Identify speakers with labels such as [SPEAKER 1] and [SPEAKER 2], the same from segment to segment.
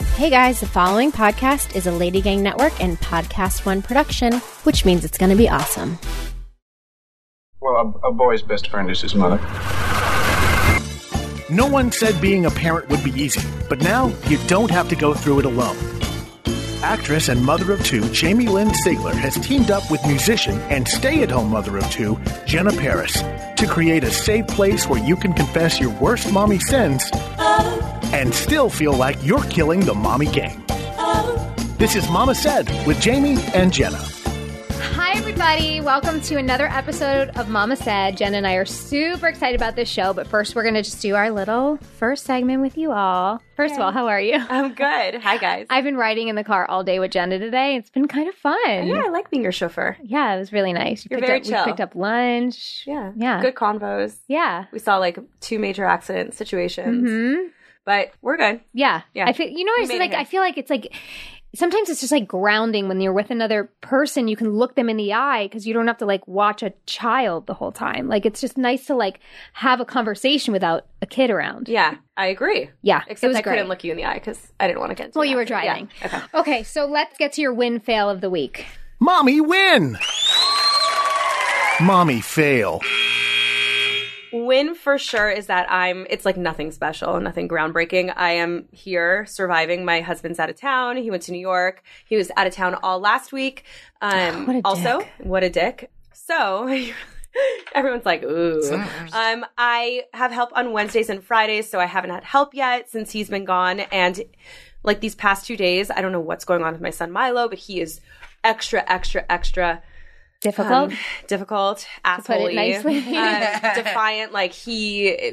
[SPEAKER 1] Hey guys, the following podcast is a Lady Gang Network and Podcast One production, which means it's going to be awesome.
[SPEAKER 2] Well, a, a boy's best friend is his mother.
[SPEAKER 3] No one said being a parent would be easy, but now you don't have to go through it alone. Actress and mother of two Jamie Lynn Sigler has teamed up with musician and stay at home mother of two Jenna Paris to create a safe place where you can confess your worst mommy sins and still feel like you're killing the mommy game. This is Mama Said with Jamie and Jenna.
[SPEAKER 4] Hi, everybody. Welcome to another episode of Mama Said. Jen and I are super excited about this show, but first, we're going to just do our little first segment with you all. First of all, how are you?
[SPEAKER 5] I'm good. Hi, guys.
[SPEAKER 4] I've been riding in the car all day with Jenna today. It's been kind of fun.
[SPEAKER 5] Oh, yeah, I like being your chauffeur.
[SPEAKER 4] Yeah, it was really nice. You
[SPEAKER 5] You're
[SPEAKER 4] picked
[SPEAKER 5] very
[SPEAKER 4] up,
[SPEAKER 5] chill.
[SPEAKER 4] We picked up lunch.
[SPEAKER 5] Yeah.
[SPEAKER 4] Yeah.
[SPEAKER 5] Good convos.
[SPEAKER 4] Yeah.
[SPEAKER 5] We saw like two major accident situations,
[SPEAKER 4] Mhm.
[SPEAKER 5] but we're good.
[SPEAKER 4] Yeah.
[SPEAKER 5] Yeah.
[SPEAKER 4] I feel, you know, I
[SPEAKER 5] We
[SPEAKER 4] just
[SPEAKER 5] made it
[SPEAKER 4] like,
[SPEAKER 5] here.
[SPEAKER 4] I feel like it's like, sometimes it's just like grounding when you're with another person, you can look them in the eye because you don't have to like watch a child the whole time. Like, it's just nice to like have a conversation without a kid around.
[SPEAKER 5] Yeah, I agree.
[SPEAKER 4] Yeah, it
[SPEAKER 5] Except
[SPEAKER 4] was
[SPEAKER 5] I
[SPEAKER 4] great.
[SPEAKER 5] couldn't look you in the eye because I didn't want to get. Into
[SPEAKER 4] Well,
[SPEAKER 5] an
[SPEAKER 4] you were
[SPEAKER 5] accident. Yeah.
[SPEAKER 4] driving.
[SPEAKER 5] Okay.
[SPEAKER 4] Okay, so let's get to your win fail of the week.
[SPEAKER 3] Mommy win! Mommy fail.
[SPEAKER 5] Win for sure is that I'm. It's like nothing special, nothing groundbreaking. I am here surviving. My husband's out of town. He went to New York. He was out of town all last week. Um,
[SPEAKER 4] What a
[SPEAKER 5] also,
[SPEAKER 4] dick.
[SPEAKER 5] what a dick. So. Everyone's like, ooh. Um, I have help on Wednesdays and Fridays, so I haven't had help yet since he's been gone. And like these past two days, I don't know what's going on with my son Milo, but he is extra, extra, extra
[SPEAKER 4] Difficult.
[SPEAKER 5] Um, difficult, asshole
[SPEAKER 4] nicely.
[SPEAKER 5] defiant. Like he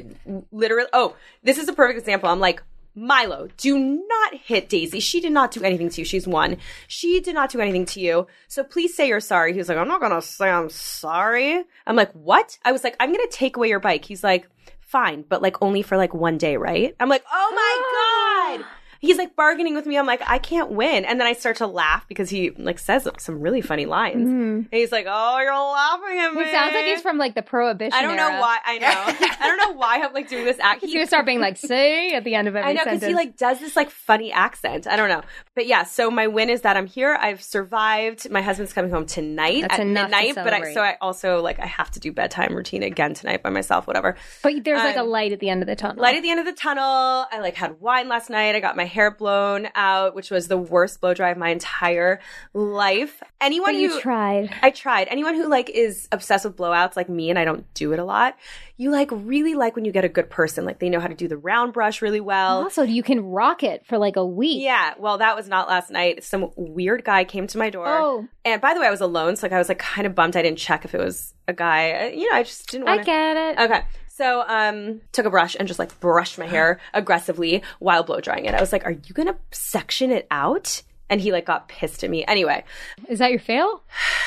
[SPEAKER 5] literally. Oh, this is a perfect example. I'm like. Milo, do not hit Daisy. She did not do anything to you. She's one. She did not do anything to you. So please say you're sorry. He was like, I'm not going to say I'm sorry. I'm like, what? I was like, I'm going to take away your bike. He's like, fine, but like only for like one day, right? I'm like, oh my God. He's like bargaining with me. I'm like, I can't win. And then I start to laugh because he like says some really funny lines. And he's like, oh, you're laughing at me.
[SPEAKER 4] it sounds like he's from like the prohibition.
[SPEAKER 5] I don't know
[SPEAKER 4] era.
[SPEAKER 5] why. I know. I don't know why I'm like doing this act.
[SPEAKER 4] He's gonna start being like "say" at the end of every
[SPEAKER 5] I know
[SPEAKER 4] sentence.
[SPEAKER 5] because he like does this like funny accent. I don't know, but yeah. So my win is that I'm here. I've survived. My husband's coming home tonight
[SPEAKER 4] That's
[SPEAKER 5] at
[SPEAKER 4] enough to
[SPEAKER 5] midnight. But I
[SPEAKER 4] celebrate.
[SPEAKER 5] so I also like I have to do bedtime routine again tonight by myself. Whatever.
[SPEAKER 4] but there's like a
[SPEAKER 5] um,
[SPEAKER 4] light at the end of the tunnel.
[SPEAKER 5] Light at the end of the tunnel. I like had wine last night. I got my hair blown out, which was the worst blow dry of my entire life. Anyone
[SPEAKER 4] But you
[SPEAKER 5] who
[SPEAKER 4] tried.
[SPEAKER 5] I tried. Anyone who like is obsessed with blowouts like me and I don't do it a lot, you like really like when you get a good person. Like they know how to do the round brush really well.
[SPEAKER 4] Also, you can rock it for like a week.
[SPEAKER 5] Yeah, well, that was not last night. Some weird guy came to my door.
[SPEAKER 4] Oh.
[SPEAKER 5] And by the way, I was alone, so like I was like kind of bummed I didn't check if it was a guy. Uh, You know, I just didn't
[SPEAKER 4] I
[SPEAKER 5] want
[SPEAKER 4] get it.
[SPEAKER 5] Okay. So, um, took a brush and just like brushed my hair aggressively while blow drying it. I was like, "Are you gonna section it out?" And he like got pissed at me. Anyway,
[SPEAKER 4] Is that your fail?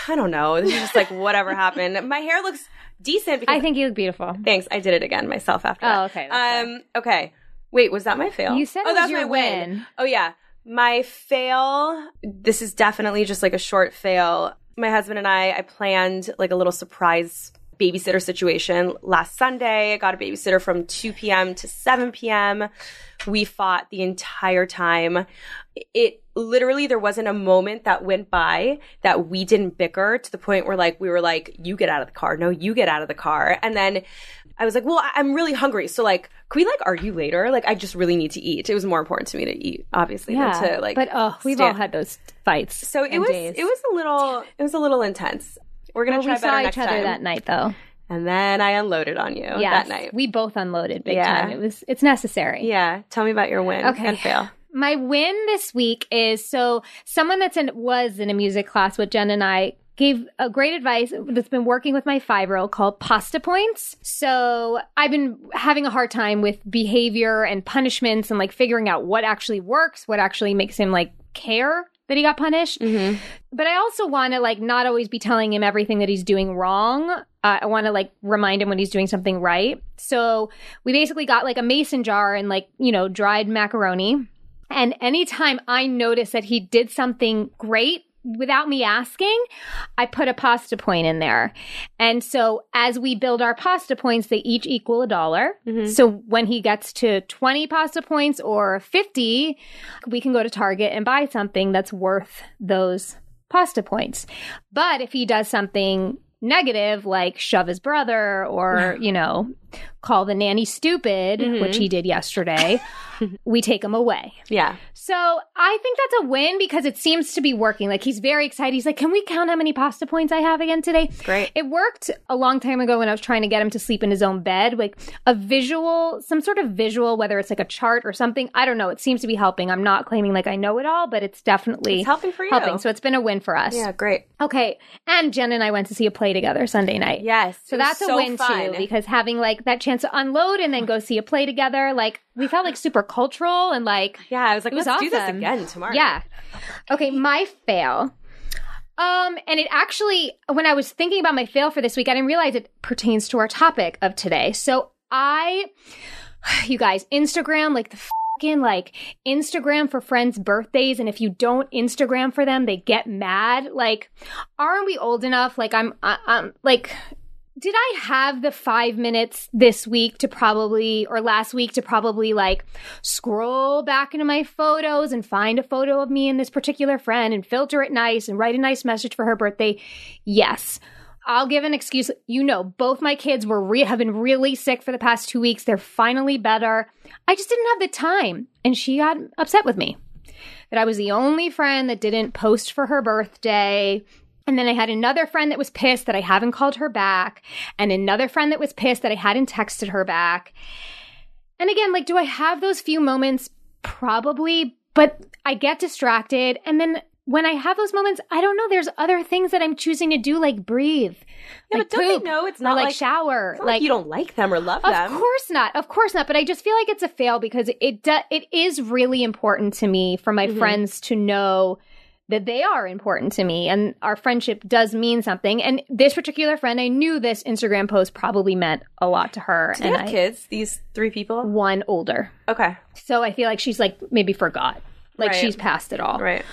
[SPEAKER 5] I don't know. This is just like whatever happened. My hair looks decent. Because
[SPEAKER 4] I think you look beautiful.
[SPEAKER 5] Thanks. I did it again myself after.
[SPEAKER 4] Oh,
[SPEAKER 5] that.
[SPEAKER 4] okay, that's
[SPEAKER 5] um. Okay. Wait, was that my fail?
[SPEAKER 4] You said
[SPEAKER 5] oh,
[SPEAKER 4] it was
[SPEAKER 5] that's
[SPEAKER 4] your
[SPEAKER 5] my win.
[SPEAKER 4] win.
[SPEAKER 5] Oh yeah, my fail. This is definitely just like a short fail. My husband and I, I planned like a little surprise babysitter situation last Sunday. I got a babysitter from 2 p.m. to 7 p.m. We fought the entire time. It literally there wasn't a moment that went by that we didn't bicker to the point where like we were like you get out of the car no you get out of the car and then I was like, well, I- I'm really hungry. So like, can we like argue later? Like, I just really need to eat. It was more important to me to eat, obviously, than to like.
[SPEAKER 4] but oh, we've
[SPEAKER 5] stand-
[SPEAKER 4] all had those fights.
[SPEAKER 5] So it
[SPEAKER 4] and
[SPEAKER 5] was
[SPEAKER 4] days.
[SPEAKER 5] it was a little it was a little intense. We're gonna
[SPEAKER 4] Well,
[SPEAKER 5] try
[SPEAKER 4] we
[SPEAKER 5] better
[SPEAKER 4] saw
[SPEAKER 5] next
[SPEAKER 4] each other
[SPEAKER 5] time.
[SPEAKER 4] that night though.
[SPEAKER 5] And then I unloaded on you
[SPEAKER 4] Yes.
[SPEAKER 5] that night.
[SPEAKER 4] we both unloaded big
[SPEAKER 5] Yeah.
[SPEAKER 4] time. It was it's necessary.
[SPEAKER 5] yeah. Tell me about your win
[SPEAKER 4] Okay.
[SPEAKER 5] and fail.
[SPEAKER 4] my win this week is so someone that's in was in a music class with Jen and I gave a great advice that's been working with my five year old called pasta points. So I've been having a hard time with behavior and punishments and like figuring out what actually works, what actually makes him like care that he got punished but I also want to like not always be telling him everything that he's doing wrong. Uh, I want to like remind him when he's doing something right. So we basically got like a mason jar and like you know dried macaroni. And anytime I noticed that he did something great without me asking, I put a pasta point in there. And so as we build our pasta points, they each equal a dollar. So when he gets to 20 pasta points or 50, we can go to Target and buy something that's worth those pasta points. But if he does something negative, like shove his brother or, you know, call the nanny stupid, which he did yesterday, we take him away.
[SPEAKER 5] Yeah.
[SPEAKER 4] So I think that's a win because it seems to be working. Like he's very excited. He's like, "Can we count how many pasta points I have again today?"
[SPEAKER 5] Great.
[SPEAKER 4] It worked a long time ago when I was trying to get him to sleep in his own bed. Like a visual, some sort of visual, whether it's like a chart or something. I don't know. It seems to be helping. I'm not claiming like I know it all, but it's definitely
[SPEAKER 5] It's helping for you.
[SPEAKER 4] Helping. So it's been a win for us.
[SPEAKER 5] Yeah, great.
[SPEAKER 4] Okay. And Jen and I went to see a play together Sunday night.
[SPEAKER 5] Yes.
[SPEAKER 4] So
[SPEAKER 5] It was
[SPEAKER 4] that's a
[SPEAKER 5] so
[SPEAKER 4] win
[SPEAKER 5] fun.
[SPEAKER 4] too, because having like that chance to unload and then go see a play together, like we felt like super cultural and like
[SPEAKER 5] Yeah, I was like,
[SPEAKER 4] It was
[SPEAKER 5] let's do this
[SPEAKER 4] awesome.
[SPEAKER 5] again tomorrow.
[SPEAKER 4] yeah. Okay, my fail. Um, and it actually, when I was thinking about my fail for this week, I didn't realize it pertains to our topic of today. So I, you guys, Instagram, like the fucking like Instagram for friends' birthdays, and if you don't Instagram for them, they get mad. Like, aren't we old enough? Like, I'm, I, I'm like. Did I have the five minutes this week to probably, or last week to probably like scroll back into my photos and find a photo of me and this particular friend and filter it nice and write a nice message for her birthday. Yes. I'll give an excuse. You know, both my kids were re- have been really sick for the past 2 weeks. They're finally better. I just didn't have the time and she got upset with me that I was the only friend that didn't post for her birthday. And then I had another friend that was pissed that I haven't called her back, and another friend that was pissed that I hadn't texted her back. And again, like, do I have those few moments? Probably, but I get distracted. And then when I have those moments, I don't know. There's other things that I'm choosing to do, like breathe.
[SPEAKER 5] Yeah,
[SPEAKER 4] like
[SPEAKER 5] but don't they
[SPEAKER 4] poop,
[SPEAKER 5] know it's
[SPEAKER 4] or,
[SPEAKER 5] not
[SPEAKER 4] like,
[SPEAKER 5] like-
[SPEAKER 4] shower?
[SPEAKER 5] It's not like, you don't like them or love
[SPEAKER 4] Of
[SPEAKER 5] them.
[SPEAKER 4] course not. Of course not. But I just feel like it's a fail because it do- it is really important to me for
[SPEAKER 5] Mm-hmm.
[SPEAKER 4] my friends to know that they are important to me and our friendship does mean something. And this particular friend, I knew this Instagram post probably meant a lot to her.
[SPEAKER 5] Do they
[SPEAKER 4] and
[SPEAKER 5] have
[SPEAKER 4] I
[SPEAKER 5] kids? These three people.
[SPEAKER 4] one older.
[SPEAKER 5] Okay.
[SPEAKER 4] So I feel like she's like maybe forgot. Like
[SPEAKER 5] Right.
[SPEAKER 4] she's past it all.
[SPEAKER 5] Right.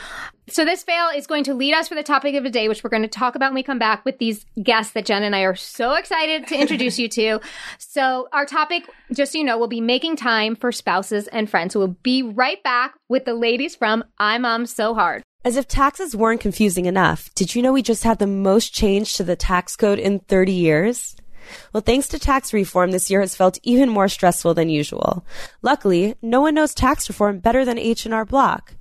[SPEAKER 4] So this fail is going to lead us for the topic of the day, which we're going to talk about when we come back with these guests that Jen and I are so excited to introduce you to. So our topic, just so you know, will be making time for spouses and friends. So we'll be right back with the ladies from I Mom So Hard.
[SPEAKER 6] As if taxes weren't confusing enough, did you know we just had the most change to the tax code in 30 years? Well, thanks to tax reform, this year has felt even more stressful than usual. Luckily, no one knows tax reform better than H&R Block.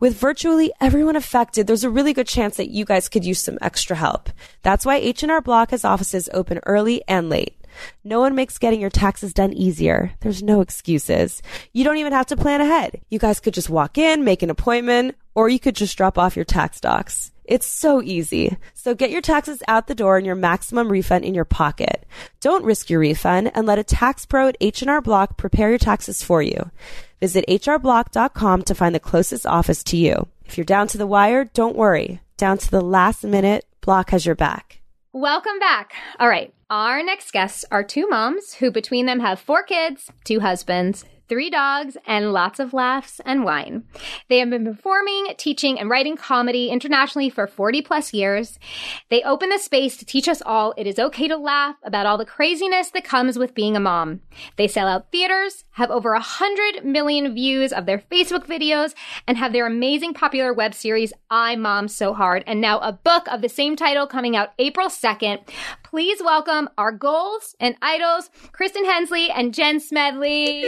[SPEAKER 6] With virtually everyone affected, there's a really good chance that you guys could use some extra help. That's why H&R Block has offices open early and late. No one makes getting your taxes done easier. There's no excuses. You don't even have to plan ahead. You guys could just walk in, make an appointment, or you could just drop off your tax docs. It's so easy. So get your taxes out the door and your maximum refund in your pocket. Don't risk your refund and let a tax pro at H&R Block prepare your taxes for you. Visit hrblock.com to find the closest office to you. If you're down to the wire, don't worry. Down to the last minute, Block has your back.
[SPEAKER 4] Welcome back. All right. Our next guests are two moms who between them have four kids, two husbands, three dogs, and lots of laughs and wine. They have been performing, teaching, and writing comedy internationally for 40 plus years. They open the space to teach us all it is okay to laugh about all the craziness that comes with being a mom. They sell out theaters, have over 100 million views of their Facebook videos, and have their amazing popular web series, I Mom So Hard, and now a book of the same title coming out April 2nd. Please welcome our goals and idols, Kristen Hensley and Jen Smedley.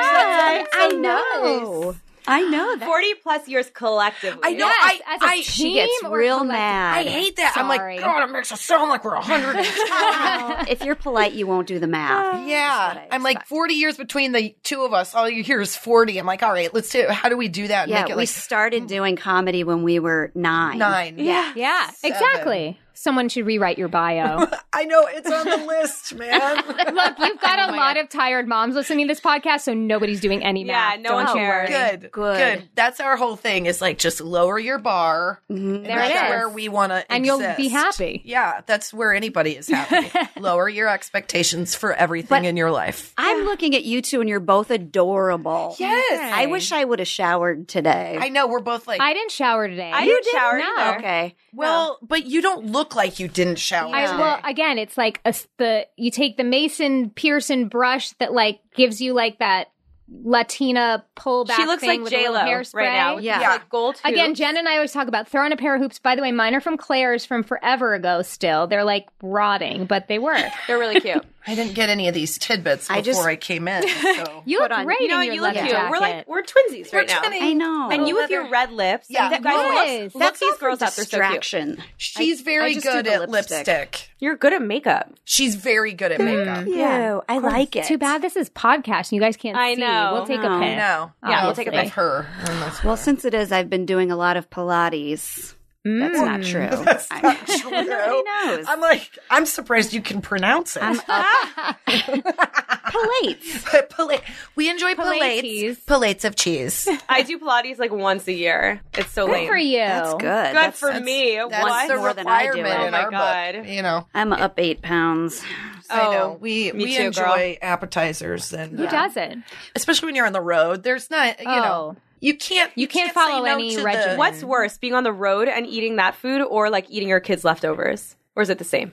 [SPEAKER 7] I know. I know that.
[SPEAKER 5] Forty plus years collectively.
[SPEAKER 7] I know.
[SPEAKER 4] Yes,
[SPEAKER 7] I,
[SPEAKER 4] as a
[SPEAKER 7] I-
[SPEAKER 4] team
[SPEAKER 7] she gets
[SPEAKER 4] or
[SPEAKER 7] real
[SPEAKER 4] collective?
[SPEAKER 7] mad.
[SPEAKER 4] I
[SPEAKER 7] I
[SPEAKER 4] hate
[SPEAKER 7] hate
[SPEAKER 4] that.
[SPEAKER 7] that.
[SPEAKER 4] I'm
[SPEAKER 7] I'm
[SPEAKER 4] like,
[SPEAKER 7] like,
[SPEAKER 4] God,
[SPEAKER 7] God,
[SPEAKER 8] it makes us sound like we're a hundred.
[SPEAKER 7] if you're polite, you won't do the math.
[SPEAKER 8] yeah, I'm like forty years between the two of us. All you hear is forty. I'm like, all right, let's do. How do we do that? and
[SPEAKER 7] Yeah,
[SPEAKER 8] make it hmm.
[SPEAKER 7] we
[SPEAKER 8] like
[SPEAKER 7] started doing comedy when we were nine.
[SPEAKER 8] nine. Yeah,
[SPEAKER 4] Yeah, exactly. someone should rewrite your bio.
[SPEAKER 8] I know it's on the list, man.
[SPEAKER 4] Look, you've got a
[SPEAKER 7] Oh
[SPEAKER 4] lot of tired moms listening to this podcast, so nobody's doing any
[SPEAKER 5] Yeah,
[SPEAKER 4] math.
[SPEAKER 5] no one
[SPEAKER 4] Don't you
[SPEAKER 5] cares.
[SPEAKER 4] worry.
[SPEAKER 8] good,
[SPEAKER 7] Good.
[SPEAKER 8] good. That's our whole thing. Is like just lower your bar. And
[SPEAKER 4] Mm-hmm. There
[SPEAKER 8] that's
[SPEAKER 4] it is.
[SPEAKER 8] where we want to,
[SPEAKER 4] And you'll be happy.
[SPEAKER 8] Yeah, that's where anybody is happy. lower your expectations for everything in your life.
[SPEAKER 7] I'm looking at you two, and you're both adorable.
[SPEAKER 8] Yes.
[SPEAKER 7] I wish I would have showered today.
[SPEAKER 8] I know we're both like.
[SPEAKER 4] I didn't shower today.
[SPEAKER 5] I didn't shower
[SPEAKER 4] No.
[SPEAKER 5] either.
[SPEAKER 7] okay.
[SPEAKER 8] well, but you don't look like you didn't shower.
[SPEAKER 4] I, well, again, it's like a, s- the you take the Mason Pearson brush that like gives you like that Latina pullback.
[SPEAKER 5] She looks
[SPEAKER 4] thing
[SPEAKER 5] like
[SPEAKER 4] with a
[SPEAKER 5] J
[SPEAKER 4] little
[SPEAKER 5] Lo right
[SPEAKER 4] hairspray.
[SPEAKER 5] now. with
[SPEAKER 7] Yeah.
[SPEAKER 5] these, like, gold. Hoops.
[SPEAKER 4] Again, Jen and I always talk about throwing a pair of hoops. By the way, mine are from Claire's from forever ago. Still, they're like rotting, but they were.
[SPEAKER 5] they're really cute.
[SPEAKER 8] I didn't get any of these tidbits before I,
[SPEAKER 7] I just-
[SPEAKER 8] came in. So.
[SPEAKER 4] You
[SPEAKER 7] Put
[SPEAKER 4] look
[SPEAKER 7] on-
[SPEAKER 4] great.
[SPEAKER 5] you know,
[SPEAKER 4] in your
[SPEAKER 5] you look
[SPEAKER 4] leather
[SPEAKER 5] cute. We're like
[SPEAKER 4] jacket.
[SPEAKER 5] we're twinsies right now.
[SPEAKER 8] Twinning.
[SPEAKER 7] I know.
[SPEAKER 5] And you with your red lips.
[SPEAKER 8] Yeah.
[SPEAKER 5] Yeah, guys,
[SPEAKER 4] Yes.
[SPEAKER 5] look, look
[SPEAKER 7] That's all
[SPEAKER 5] these
[SPEAKER 7] for
[SPEAKER 5] girls up. They're so cute.
[SPEAKER 7] distraction.
[SPEAKER 8] She's very
[SPEAKER 7] just do
[SPEAKER 8] good
[SPEAKER 7] the
[SPEAKER 8] at lipstick.
[SPEAKER 7] lipstick.
[SPEAKER 5] You're good at makeup.
[SPEAKER 8] She's very good at makeup.
[SPEAKER 7] Ew, I like it.
[SPEAKER 4] Too bad this is podcast and you guys can't
[SPEAKER 5] I
[SPEAKER 4] see.
[SPEAKER 5] know.
[SPEAKER 4] We'll take a
[SPEAKER 7] No.
[SPEAKER 4] pic.
[SPEAKER 8] No.
[SPEAKER 5] Yeah, we'll take a
[SPEAKER 8] Of
[SPEAKER 5] pic.
[SPEAKER 8] her. And that's-
[SPEAKER 7] Well, since it is, I've been doing a lot of Pilates. That's not
[SPEAKER 5] Mm.
[SPEAKER 7] true. I- Nobody knows.
[SPEAKER 8] I'm like, I'm surprised you can pronounce it.
[SPEAKER 7] I'm up. Pilates.
[SPEAKER 8] Pala- we enjoy
[SPEAKER 4] Palates.
[SPEAKER 8] palates. Palates of cheese.
[SPEAKER 5] I do Pilates like once a year. It's so
[SPEAKER 4] Good
[SPEAKER 5] lame.
[SPEAKER 4] for you.
[SPEAKER 7] That's good.
[SPEAKER 5] Good
[SPEAKER 7] That's-
[SPEAKER 5] for me.
[SPEAKER 8] That's
[SPEAKER 5] what?
[SPEAKER 8] the
[SPEAKER 7] More than I do
[SPEAKER 8] requirement in
[SPEAKER 7] it.
[SPEAKER 5] Oh my
[SPEAKER 8] our book,
[SPEAKER 5] God.
[SPEAKER 8] You know,
[SPEAKER 7] I'm up eight pounds.
[SPEAKER 8] I know.
[SPEAKER 5] Oh,
[SPEAKER 8] We
[SPEAKER 5] me
[SPEAKER 8] we
[SPEAKER 5] too, girl.
[SPEAKER 8] enjoy appetizers and uh,
[SPEAKER 4] Who doesn't?
[SPEAKER 8] especially when you're on the road. There's not, you know,
[SPEAKER 4] Oh.
[SPEAKER 8] you can't
[SPEAKER 4] You can't
[SPEAKER 8] say
[SPEAKER 4] follow
[SPEAKER 8] no
[SPEAKER 4] any
[SPEAKER 8] to the-
[SPEAKER 4] regimen.
[SPEAKER 5] What's worse, being on the road and eating that food or like eating your kids' leftovers? Or is it the same?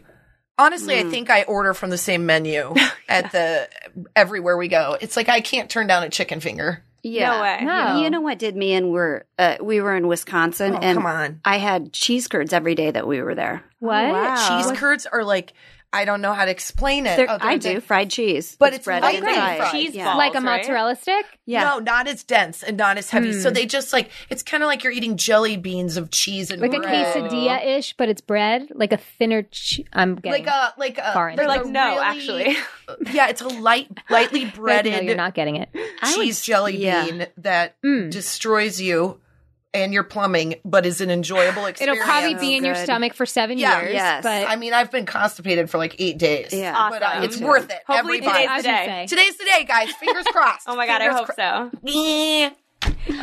[SPEAKER 8] Honestly,
[SPEAKER 4] Mm.
[SPEAKER 8] I think I order from the same menu at the everywhere we go. It's like I can't turn down a chicken finger.
[SPEAKER 7] Yeah.
[SPEAKER 5] No way.
[SPEAKER 4] No.
[SPEAKER 7] You know what did me and were uh, we were in Wisconsin
[SPEAKER 8] Oh,
[SPEAKER 7] and
[SPEAKER 8] come on.
[SPEAKER 7] I had cheese curds every day that we were there.
[SPEAKER 4] What?
[SPEAKER 8] Cheese curds are like I don't know how to explain it.
[SPEAKER 7] There-
[SPEAKER 8] other
[SPEAKER 7] I
[SPEAKER 8] than-
[SPEAKER 7] do fried cheese,
[SPEAKER 8] But
[SPEAKER 7] with
[SPEAKER 8] it's
[SPEAKER 7] bread
[SPEAKER 8] light
[SPEAKER 7] and
[SPEAKER 8] and
[SPEAKER 7] fries.
[SPEAKER 8] fried.
[SPEAKER 5] Cheese
[SPEAKER 7] yeah.
[SPEAKER 5] balls.
[SPEAKER 4] like a
[SPEAKER 5] right?
[SPEAKER 4] mozzarella stick?
[SPEAKER 7] yeah.
[SPEAKER 8] No, not as dense and not as heavy.
[SPEAKER 4] Mm.
[SPEAKER 8] So they just like it's kind of like you're eating jelly beans of cheese and
[SPEAKER 4] Like a
[SPEAKER 8] bread.
[SPEAKER 4] quesadilla ish, but it's bread, like a thinner. Che- I'm getting.
[SPEAKER 8] Like a like a
[SPEAKER 4] Foreign.
[SPEAKER 5] They're
[SPEAKER 8] a
[SPEAKER 5] like, no,
[SPEAKER 8] really-
[SPEAKER 5] actually.
[SPEAKER 8] yeah, it's a light lightly breaded
[SPEAKER 4] no, you're not getting it.
[SPEAKER 7] I would-
[SPEAKER 8] cheese jelly
[SPEAKER 7] yeah.
[SPEAKER 8] bean that
[SPEAKER 4] Mm.
[SPEAKER 8] destroys you and your plumbing, but is an enjoyable
[SPEAKER 4] It'll
[SPEAKER 8] experience.
[SPEAKER 4] probably be in your
[SPEAKER 7] good.
[SPEAKER 4] stomach for seven
[SPEAKER 8] Yeah.
[SPEAKER 4] years.
[SPEAKER 7] Yes.
[SPEAKER 4] but
[SPEAKER 8] I mean, I've been constipated for like eight days.
[SPEAKER 7] Yeah.
[SPEAKER 8] but uh,
[SPEAKER 5] Awesome.
[SPEAKER 8] it's worth it.
[SPEAKER 5] Hopefully
[SPEAKER 8] Everybody,
[SPEAKER 4] I
[SPEAKER 5] today's the
[SPEAKER 4] was
[SPEAKER 5] day.
[SPEAKER 4] gonna say.
[SPEAKER 8] Today's the day, guys. Fingers crossed.
[SPEAKER 5] Oh my god, I
[SPEAKER 8] Fingers
[SPEAKER 5] hope so.
[SPEAKER 8] cro-
[SPEAKER 5] Poopy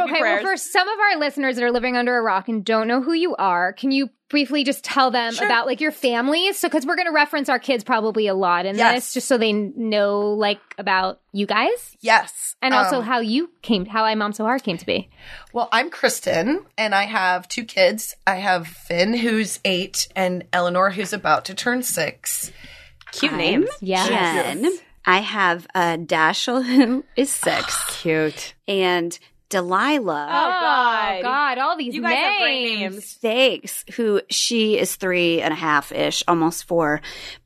[SPEAKER 4] okay,
[SPEAKER 5] prayers.
[SPEAKER 4] well, for some of our listeners that are living under a rock and don't know who you are, can you briefly just tell them about like your families? So, because we're going to reference our kids probably a lot in
[SPEAKER 8] Yes.
[SPEAKER 4] this, just so they know like about you guys
[SPEAKER 8] Yes,
[SPEAKER 4] and also
[SPEAKER 8] Um,
[SPEAKER 4] how you came, how I Mom So Hard came to be.
[SPEAKER 8] Well, I'm Kristen, and I have two kids. I have Finn, who's eight, and Eleanor, who's about to turn six.
[SPEAKER 5] Cute names.
[SPEAKER 4] Yeah.
[SPEAKER 7] Jen. I have uh, Dashiell, who is six,
[SPEAKER 5] Cute.
[SPEAKER 7] and Delilah,
[SPEAKER 5] Oh god.
[SPEAKER 4] God, all these
[SPEAKER 5] You guys
[SPEAKER 4] names.
[SPEAKER 5] have great names.
[SPEAKER 7] Thanks, who she is three and a half ish, almost four,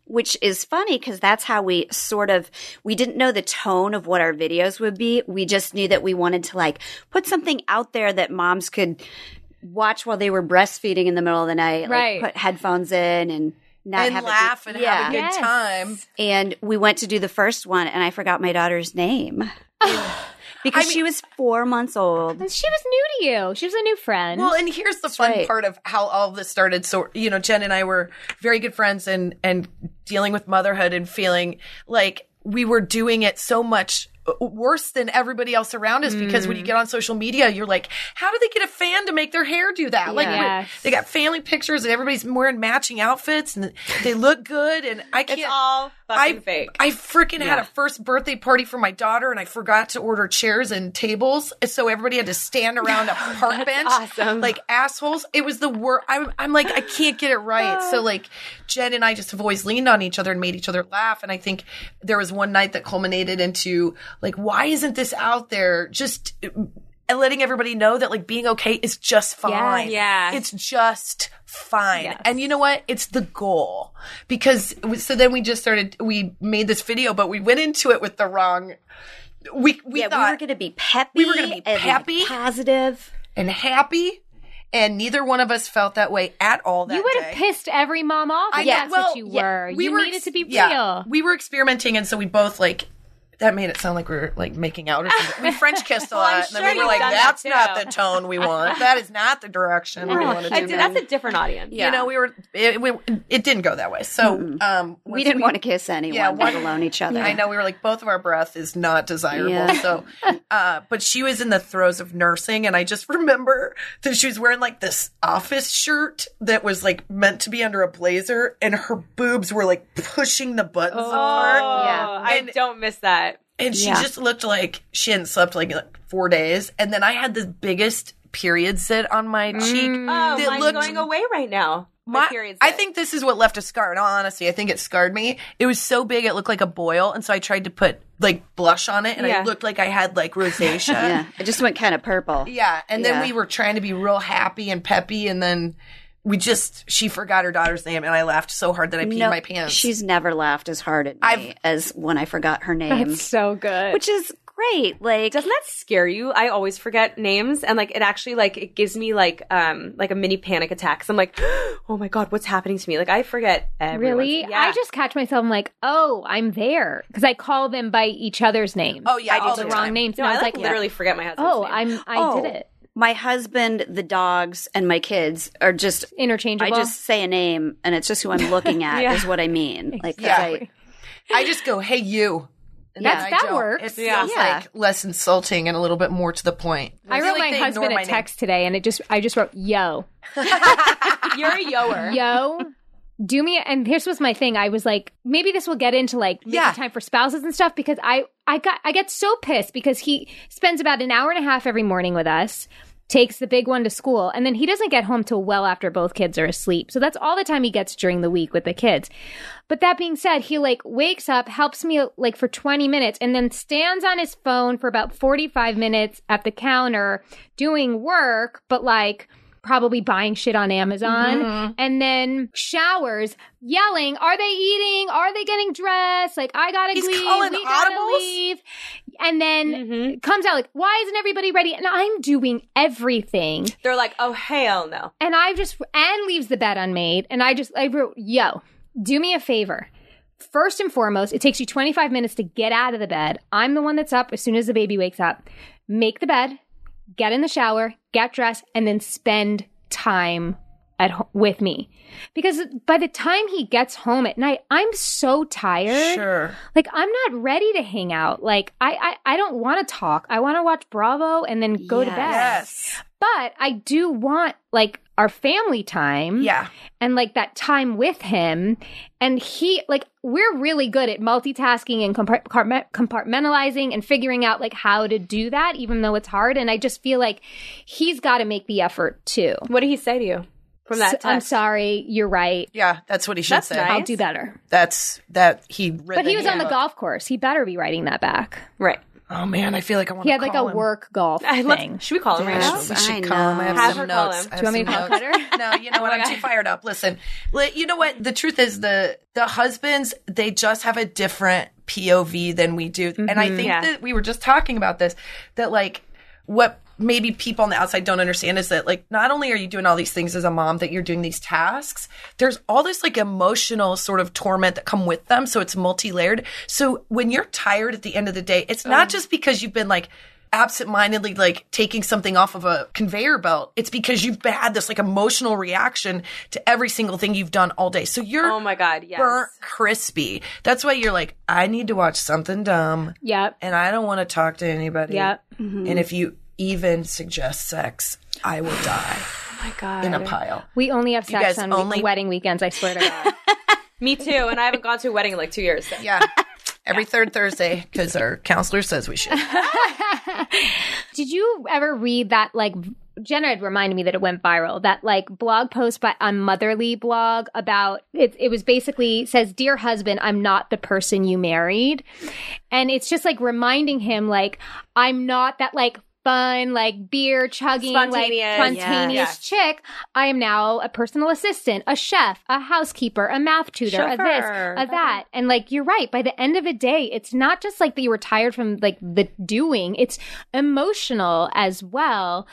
[SPEAKER 7] which is funny because that's how we sort of we didn't know the tone of what our videos would be. We just knew that we wanted to like put something out there that moms could watch while they were breastfeeding in the middle of the night, like,
[SPEAKER 4] Right.
[SPEAKER 7] put headphones in and not
[SPEAKER 8] and
[SPEAKER 7] have it be-
[SPEAKER 8] laugh and have a good
[SPEAKER 7] Yeah.
[SPEAKER 4] Yes.
[SPEAKER 8] time.
[SPEAKER 7] and we went to do the first one, and I forgot my daughter's name. Because she was four months old.
[SPEAKER 4] And She was new to you. She was a new friend.
[SPEAKER 8] Well, and here's the fun
[SPEAKER 7] right.
[SPEAKER 8] part of how all of this started. So, you know, Jen and I were very good friends and and dealing with motherhood and feeling like we were doing it so much uh, worse than everybody else around us because when you get on social media you're like how do they get a fan to make their hair do that like
[SPEAKER 4] Yes.
[SPEAKER 8] they got family pictures and everybody's wearing matching outfits and they look good and I can't
[SPEAKER 5] It's all fucking
[SPEAKER 8] I,
[SPEAKER 5] fake.
[SPEAKER 8] I freaking had a first birthday party for my daughter and I forgot to order chairs and tables. So everybody had to stand around a park bench.
[SPEAKER 5] awesome.
[SPEAKER 8] Like assholes. It was the worst. I'm, I'm like, I can't get it right.
[SPEAKER 5] Ah.
[SPEAKER 8] So like Jen and I just have always leaned on each other and made each other laugh. And I think there was one night that culminated into like, why isn't this out there? Just and letting everybody know that like being okay is just fine.
[SPEAKER 5] yeah.
[SPEAKER 8] It's just fine. And you know what? It's the goal. Because so then we just started we made this video but we went into it with the wrong we we
[SPEAKER 7] yeah,
[SPEAKER 8] thought
[SPEAKER 7] we were going to be peppy.
[SPEAKER 8] We were gonna be
[SPEAKER 7] and, like,
[SPEAKER 8] peppy.
[SPEAKER 7] positive.
[SPEAKER 8] and happy and neither one of us felt that way at all that
[SPEAKER 4] you would have
[SPEAKER 8] day.
[SPEAKER 4] pissed every mom off. if
[SPEAKER 8] Yeah,
[SPEAKER 4] that's what you
[SPEAKER 8] yeah,
[SPEAKER 4] were. you
[SPEAKER 8] were
[SPEAKER 4] needed
[SPEAKER 8] ex-
[SPEAKER 4] to be
[SPEAKER 8] yeah,
[SPEAKER 4] real.
[SPEAKER 8] We were experimenting, and so we both like that made it sound like we were like making out or something. We French kissed a lot,
[SPEAKER 5] I'm
[SPEAKER 8] and
[SPEAKER 5] sure
[SPEAKER 8] then we were
[SPEAKER 5] you've
[SPEAKER 8] like,
[SPEAKER 5] done
[SPEAKER 8] "That's
[SPEAKER 5] that
[SPEAKER 8] not
[SPEAKER 5] too."
[SPEAKER 8] the tone we want. That is not the direction we want to do."
[SPEAKER 5] I did-
[SPEAKER 8] this."
[SPEAKER 5] that's a different audience.
[SPEAKER 7] Yeah.
[SPEAKER 8] You know, we were it, we, it didn't go that way. So um,
[SPEAKER 7] we didn't want to kiss anyone,
[SPEAKER 8] Yeah,
[SPEAKER 7] let
[SPEAKER 8] one-
[SPEAKER 7] alone each other.
[SPEAKER 8] I know we were like both of our breath is not desirable.
[SPEAKER 7] Yeah.
[SPEAKER 8] So, uh, but she was in the throes of nursing, and I just remember that she was wearing like this office shirt that was like meant to be under a blazer, and her boobs were like pushing the buttons apart,
[SPEAKER 5] Oh,
[SPEAKER 7] Yeah.
[SPEAKER 5] I
[SPEAKER 8] And-
[SPEAKER 5] don't miss that.
[SPEAKER 8] and she
[SPEAKER 7] Yeah.
[SPEAKER 8] just looked like she hadn't slept like, like four days. And then I had the biggest period sit on my cheek
[SPEAKER 7] Mm.
[SPEAKER 5] Oh,
[SPEAKER 8] that
[SPEAKER 5] mine's
[SPEAKER 8] looked
[SPEAKER 5] going away right now. My,
[SPEAKER 8] my-
[SPEAKER 5] period's
[SPEAKER 8] I
[SPEAKER 5] it.
[SPEAKER 8] think this is what left a scar. In all honesty, I think it scarred me. It was so big, it looked like a boil, and so I tried to put like blush on it, and
[SPEAKER 5] Yeah.
[SPEAKER 8] I looked like I had like rosacea.
[SPEAKER 7] Yeah, it just went kind of purple.
[SPEAKER 8] Yeah, and then
[SPEAKER 7] Yeah.
[SPEAKER 8] we were trying to be real happy and peppy, and then we just she forgot her daughter's name, and I laughed so hard that I peed
[SPEAKER 7] No,
[SPEAKER 8] my pants.
[SPEAKER 7] She's never laughed as hard at me
[SPEAKER 8] I've-
[SPEAKER 7] as when I forgot her name,
[SPEAKER 4] It's so good.
[SPEAKER 7] which is great. Like,
[SPEAKER 5] doesn't that scare you? I always forget names and like it actually like it gives me like um like a mini panic attack. 'Cause I'm like, oh my god, what's happening to me? Like I forget everyone's-
[SPEAKER 4] Really?
[SPEAKER 5] Yeah.
[SPEAKER 4] I just catch myself I'm like, oh, I'm there. Because I call them by each other's name.
[SPEAKER 8] oh yeah,
[SPEAKER 4] I
[SPEAKER 8] all
[SPEAKER 4] the
[SPEAKER 8] the
[SPEAKER 4] wrong
[SPEAKER 8] time.
[SPEAKER 4] names.
[SPEAKER 5] no,
[SPEAKER 4] and
[SPEAKER 5] I
[SPEAKER 4] was
[SPEAKER 5] like,
[SPEAKER 4] like,
[SPEAKER 5] literally forget my husband's
[SPEAKER 4] oh,
[SPEAKER 5] name.
[SPEAKER 4] I'm I
[SPEAKER 7] oh,
[SPEAKER 4] did it.
[SPEAKER 7] My husband, the dogs, and my kids are just. Oh. I
[SPEAKER 4] Interchangeable.
[SPEAKER 7] just say a name, and it's just who I'm looking at is what I mean. Like, 'cause
[SPEAKER 8] Exactly. I just go, hey you. And
[SPEAKER 7] Yeah.
[SPEAKER 8] then I
[SPEAKER 4] That
[SPEAKER 8] don't.
[SPEAKER 4] works.
[SPEAKER 8] It feels
[SPEAKER 7] Yeah.
[SPEAKER 8] like less insulting and a little bit more to the point.
[SPEAKER 4] I
[SPEAKER 8] feel
[SPEAKER 4] wrote my
[SPEAKER 8] like they
[SPEAKER 4] husband
[SPEAKER 8] ignore
[SPEAKER 4] a
[SPEAKER 8] my name.
[SPEAKER 4] text today and it just I just wrote, yo.
[SPEAKER 5] You're a yoer.
[SPEAKER 4] yo do me and this was my thing i was like maybe this will get into like maybe
[SPEAKER 8] Yeah.
[SPEAKER 4] time for spouses and stuff because i i got i get so pissed because he spends about an hour and a half every morning with us takes the big one to school and then he doesn't get home till well after both kids are asleep so that's all the time he gets during the week with the kids but that being said he like wakes up helps me like for 20 minutes and then stands on his phone for about 45 minutes at the counter doing work but like probably buying shit on Amazon
[SPEAKER 8] Mm-hmm.
[SPEAKER 4] and then showers yelling, Are they eating? Are they getting dressed? Like, I gotta
[SPEAKER 8] He's
[SPEAKER 4] leave.
[SPEAKER 8] calling
[SPEAKER 4] we gotta
[SPEAKER 8] audibles? Mm-hmm.
[SPEAKER 4] leave. And then comes out like, Why isn't everybody ready? And I'm doing everything.
[SPEAKER 5] They're like, oh hell no.
[SPEAKER 4] And I just, and leaves the bed unmade. And I just, I wrote, Yo, do me a favor. First and foremost, it takes you 25 minutes to get out of the bed. I'm the one that's up as soon as the baby wakes up. Make the bed, get in the shower, get dressed, and then spend time at ho- with me. Because by the time he gets home at night, I'm so tired.
[SPEAKER 8] Sure.
[SPEAKER 4] Like I'm not ready to hang out. Like I I, I don't want to talk. I want to watch Bravo and then go to bed.
[SPEAKER 8] Yes.
[SPEAKER 4] But I do want like our family time
[SPEAKER 8] Yeah.
[SPEAKER 4] and like that time with him and he like we're really good at multitasking and compart- compartment- compartmentalizing and figuring out like how to do that even though it's hard and i just feel like he's got to make the effort too
[SPEAKER 5] What did he say to you from that
[SPEAKER 4] So- i'm
[SPEAKER 5] text?
[SPEAKER 4] sorry you're right
[SPEAKER 8] Yeah. That's what he should
[SPEAKER 5] That's
[SPEAKER 8] say.
[SPEAKER 5] nice.
[SPEAKER 4] i'll do better
[SPEAKER 8] That's that he read
[SPEAKER 4] but
[SPEAKER 8] that
[SPEAKER 4] he was on the
[SPEAKER 8] book.
[SPEAKER 4] golf course he better be writing that back
[SPEAKER 5] Right.
[SPEAKER 8] Oh man, I feel like I want
[SPEAKER 4] he
[SPEAKER 8] to
[SPEAKER 4] had like a
[SPEAKER 8] him.
[SPEAKER 4] work golf
[SPEAKER 5] I love-
[SPEAKER 4] thing
[SPEAKER 5] should we call him right now?
[SPEAKER 7] Yes,
[SPEAKER 8] We
[SPEAKER 7] I
[SPEAKER 8] should call him. I have,
[SPEAKER 7] know.
[SPEAKER 5] Have
[SPEAKER 8] some
[SPEAKER 5] her call Oh
[SPEAKER 8] notes.
[SPEAKER 5] him.
[SPEAKER 4] Do
[SPEAKER 8] I
[SPEAKER 4] you
[SPEAKER 8] have
[SPEAKER 4] want me
[SPEAKER 8] some
[SPEAKER 4] to
[SPEAKER 8] notes. no, you know what? I'm too fired up. Listen, li- you know what? The truth is, the the husbands they just have a different POV than we do, and I think
[SPEAKER 5] Mm-hmm. Yeah.
[SPEAKER 8] that we were just talking about this. That like what maybe people on the outside don't understand is that like not only are you doing all these things as a mom that you're doing these tasks there's all this like emotional sort of torment that come with them so it's multi-layered so when you're tired at the end of the day it's
[SPEAKER 5] Oh.
[SPEAKER 8] not just because you've been like absentmindedly like taking something off of a conveyor belt it's because you've had this like emotional reaction to every single thing you've done all day so you're
[SPEAKER 5] Oh my god, yes.
[SPEAKER 8] burnt crispy that's why you're like i need to watch something dumb
[SPEAKER 4] yep
[SPEAKER 8] and i don't want to talk to anybody
[SPEAKER 4] Yep.
[SPEAKER 5] mm-hmm.
[SPEAKER 8] and if you even suggest sex i will die
[SPEAKER 5] Oh my god.
[SPEAKER 8] in a pile
[SPEAKER 4] we only have sex
[SPEAKER 8] guys
[SPEAKER 4] on we-
[SPEAKER 8] only-
[SPEAKER 4] wedding weekends i swear to god
[SPEAKER 5] Me too, and I haven't gone to a wedding in like two years. so.
[SPEAKER 8] yeah every third thursday because our counselor says we should
[SPEAKER 4] Did you ever read that like Jenna had reminded me that it went viral that like blog post by on Motherly blog about it it was basically says dear husband I'm not the person you married and it's just like reminding him like I'm not that like fun, like beer chugging, like
[SPEAKER 5] Spontaneous.
[SPEAKER 4] spontaneous chick. I am now a personal assistant, a chef, a housekeeper, a math tutor, a this,
[SPEAKER 5] Chauffeur.
[SPEAKER 4] a that. And like you're right, by the end of the day, it's not just like that you were tired from like the doing, it's emotional as well.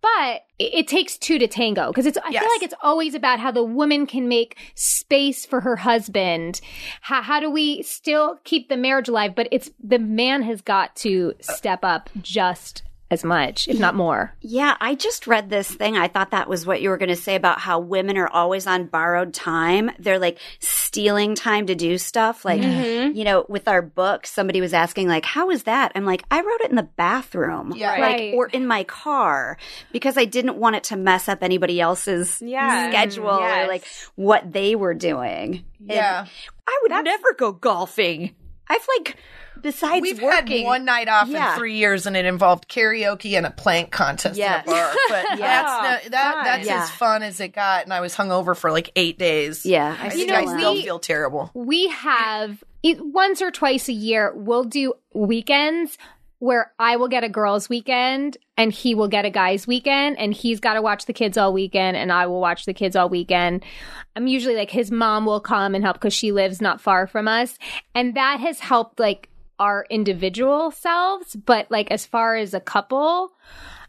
[SPEAKER 4] But it it takes two to tango because it's. I
[SPEAKER 8] Yes.
[SPEAKER 4] feel like it's always about how the woman can make space for her husband. How, how do we still keep the marriage alive? But it's the man has got to step up just as much, if not more.
[SPEAKER 7] Yeah, I just read this thing. I thought that was what you were going to say about how women are always on borrowed time. They're like stealing time to do stuff. Like, you know, with our book, somebody was asking, like, how is that? I'm like, I wrote it in the bathroom,
[SPEAKER 8] Yeah.
[SPEAKER 7] like,
[SPEAKER 4] Right.
[SPEAKER 7] or in my car because I didn't want it to mess up anybody else's
[SPEAKER 5] Yeah.
[SPEAKER 7] schedule or
[SPEAKER 5] Yes.
[SPEAKER 7] like what they were doing. And
[SPEAKER 8] Yeah.
[SPEAKER 7] I would never go golfing. I've like, besides
[SPEAKER 8] We've
[SPEAKER 7] working,
[SPEAKER 8] had one night off
[SPEAKER 7] Yeah.
[SPEAKER 8] in three years, and it involved karaoke and a plank contest
[SPEAKER 7] Yes.
[SPEAKER 8] in a bar. But that's no, that that's
[SPEAKER 7] Yeah.
[SPEAKER 8] as fun as it got, and I was hungover for like eight days.
[SPEAKER 7] Yeah,
[SPEAKER 8] I
[SPEAKER 7] I
[SPEAKER 8] think
[SPEAKER 7] still
[SPEAKER 8] I
[SPEAKER 7] am.
[SPEAKER 8] still
[SPEAKER 4] we-
[SPEAKER 8] feel terrible.
[SPEAKER 4] we have it, once or twice a year we'll do weekends where I will get a girls weekend and he will get a guys weekend and he's got to watch the kids all weekend and I will watch the kids all weekend. I'm usually like his mom will come and help cuz she lives not far from us and that has helped like our individual selves but like as far as a couple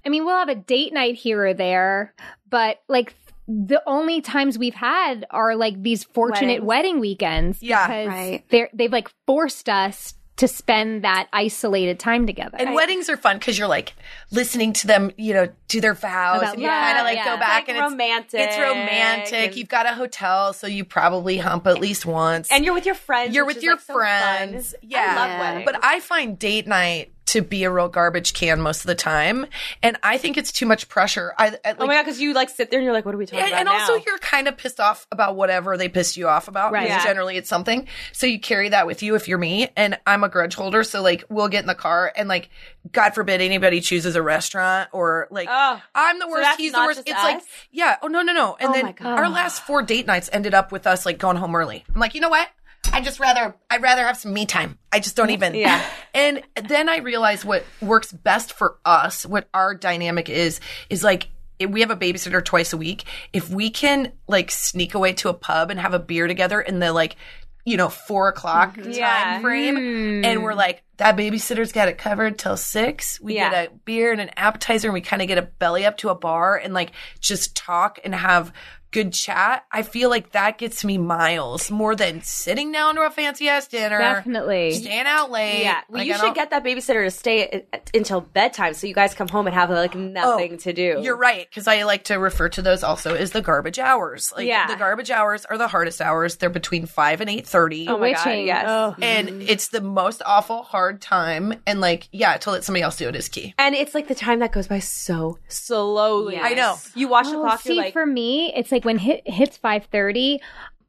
[SPEAKER 4] I mean, we'll have a date night here or there, but like the only times we've had are like these fortunate
[SPEAKER 5] Weddings.
[SPEAKER 4] wedding weekends.
[SPEAKER 8] Yeah.
[SPEAKER 4] because
[SPEAKER 7] Right.
[SPEAKER 4] They're, they've like forced us to spend that isolated time together.
[SPEAKER 8] And weddings are fun because you're like listening to them, you know, do their vows,
[SPEAKER 4] About
[SPEAKER 8] and you kind
[SPEAKER 4] love,
[SPEAKER 8] of like
[SPEAKER 4] yeah.
[SPEAKER 8] go
[SPEAKER 4] It's,
[SPEAKER 8] back
[SPEAKER 5] like,
[SPEAKER 8] and
[SPEAKER 5] romantic
[SPEAKER 8] It's, it's romantic.
[SPEAKER 5] and-
[SPEAKER 8] You've got a hotel, so you probably hump at least once,
[SPEAKER 5] And you're with your friends.
[SPEAKER 8] you're
[SPEAKER 5] which is,
[SPEAKER 8] with your
[SPEAKER 5] like, so fun.
[SPEAKER 8] friends.
[SPEAKER 5] I
[SPEAKER 8] Yeah,
[SPEAKER 5] love weddings.
[SPEAKER 8] but I find date night to be a real garbage can most of the time, and I think it's too much pressure. I, I like,
[SPEAKER 5] oh my god, because you like sit there and you're like, what are we talking
[SPEAKER 8] and,
[SPEAKER 5] about
[SPEAKER 8] and also
[SPEAKER 5] now?
[SPEAKER 8] you're kind of pissed off about whatever they pissed you off about.
[SPEAKER 4] Right.
[SPEAKER 8] because
[SPEAKER 5] Yeah.
[SPEAKER 8] Generally it's something. So you carry that with you if you're me and I'm a grudge holder. So like we'll get in the car and like, God forbid anybody chooses a restaurant or like
[SPEAKER 5] Oh,
[SPEAKER 8] I'm the worst.
[SPEAKER 5] that's
[SPEAKER 8] he's the
[SPEAKER 5] not
[SPEAKER 8] worst.
[SPEAKER 5] just
[SPEAKER 8] It's like,
[SPEAKER 5] us?
[SPEAKER 8] yeah. Oh no, no, no. And then our last four date nights ended up with us like going home early. I'm like, you know what? I just rather I'd rather have some me time. I just don't even.
[SPEAKER 5] Yeah.
[SPEAKER 8] And then I realized what works best for us, what our dynamic is, is like if we have a babysitter twice a week. If we can like sneak away to a pub and have a beer together in the like, you know, four o'clock
[SPEAKER 5] Yeah.
[SPEAKER 8] time frame, and
[SPEAKER 5] Hmm.
[SPEAKER 8] we're like, that babysitter's got it covered till six. We
[SPEAKER 5] Yeah.
[SPEAKER 8] get a beer and an appetizer, and we kind of get a belly up to a bar and like just talk and have good chat. I feel like that gets me miles more than sitting down to a fancy ass dinner.
[SPEAKER 4] Definitely.
[SPEAKER 8] Staying out late.
[SPEAKER 5] Yeah, well,
[SPEAKER 8] Like,
[SPEAKER 5] you
[SPEAKER 8] I
[SPEAKER 5] should
[SPEAKER 8] don't-
[SPEAKER 5] get that babysitter to stay at, at- until bedtime, so you guys come home and have like nothing to do.
[SPEAKER 8] You're right, because I like to refer to those also as the garbage hours. Like
[SPEAKER 5] Yeah.
[SPEAKER 8] the garbage hours are the hardest hours. They're between five and eight thirty.
[SPEAKER 5] Oh my god,
[SPEAKER 4] Witching.
[SPEAKER 5] yes.
[SPEAKER 8] and it's the most awful hard time. And like, yeah, to let somebody else do it is key.
[SPEAKER 5] And it's like the time that goes by so slowly.
[SPEAKER 8] I know.
[SPEAKER 5] You watch the
[SPEAKER 4] Oh,
[SPEAKER 5] clock.
[SPEAKER 4] see,
[SPEAKER 5] you're like,
[SPEAKER 4] for me, it's like when hit hits five thirty,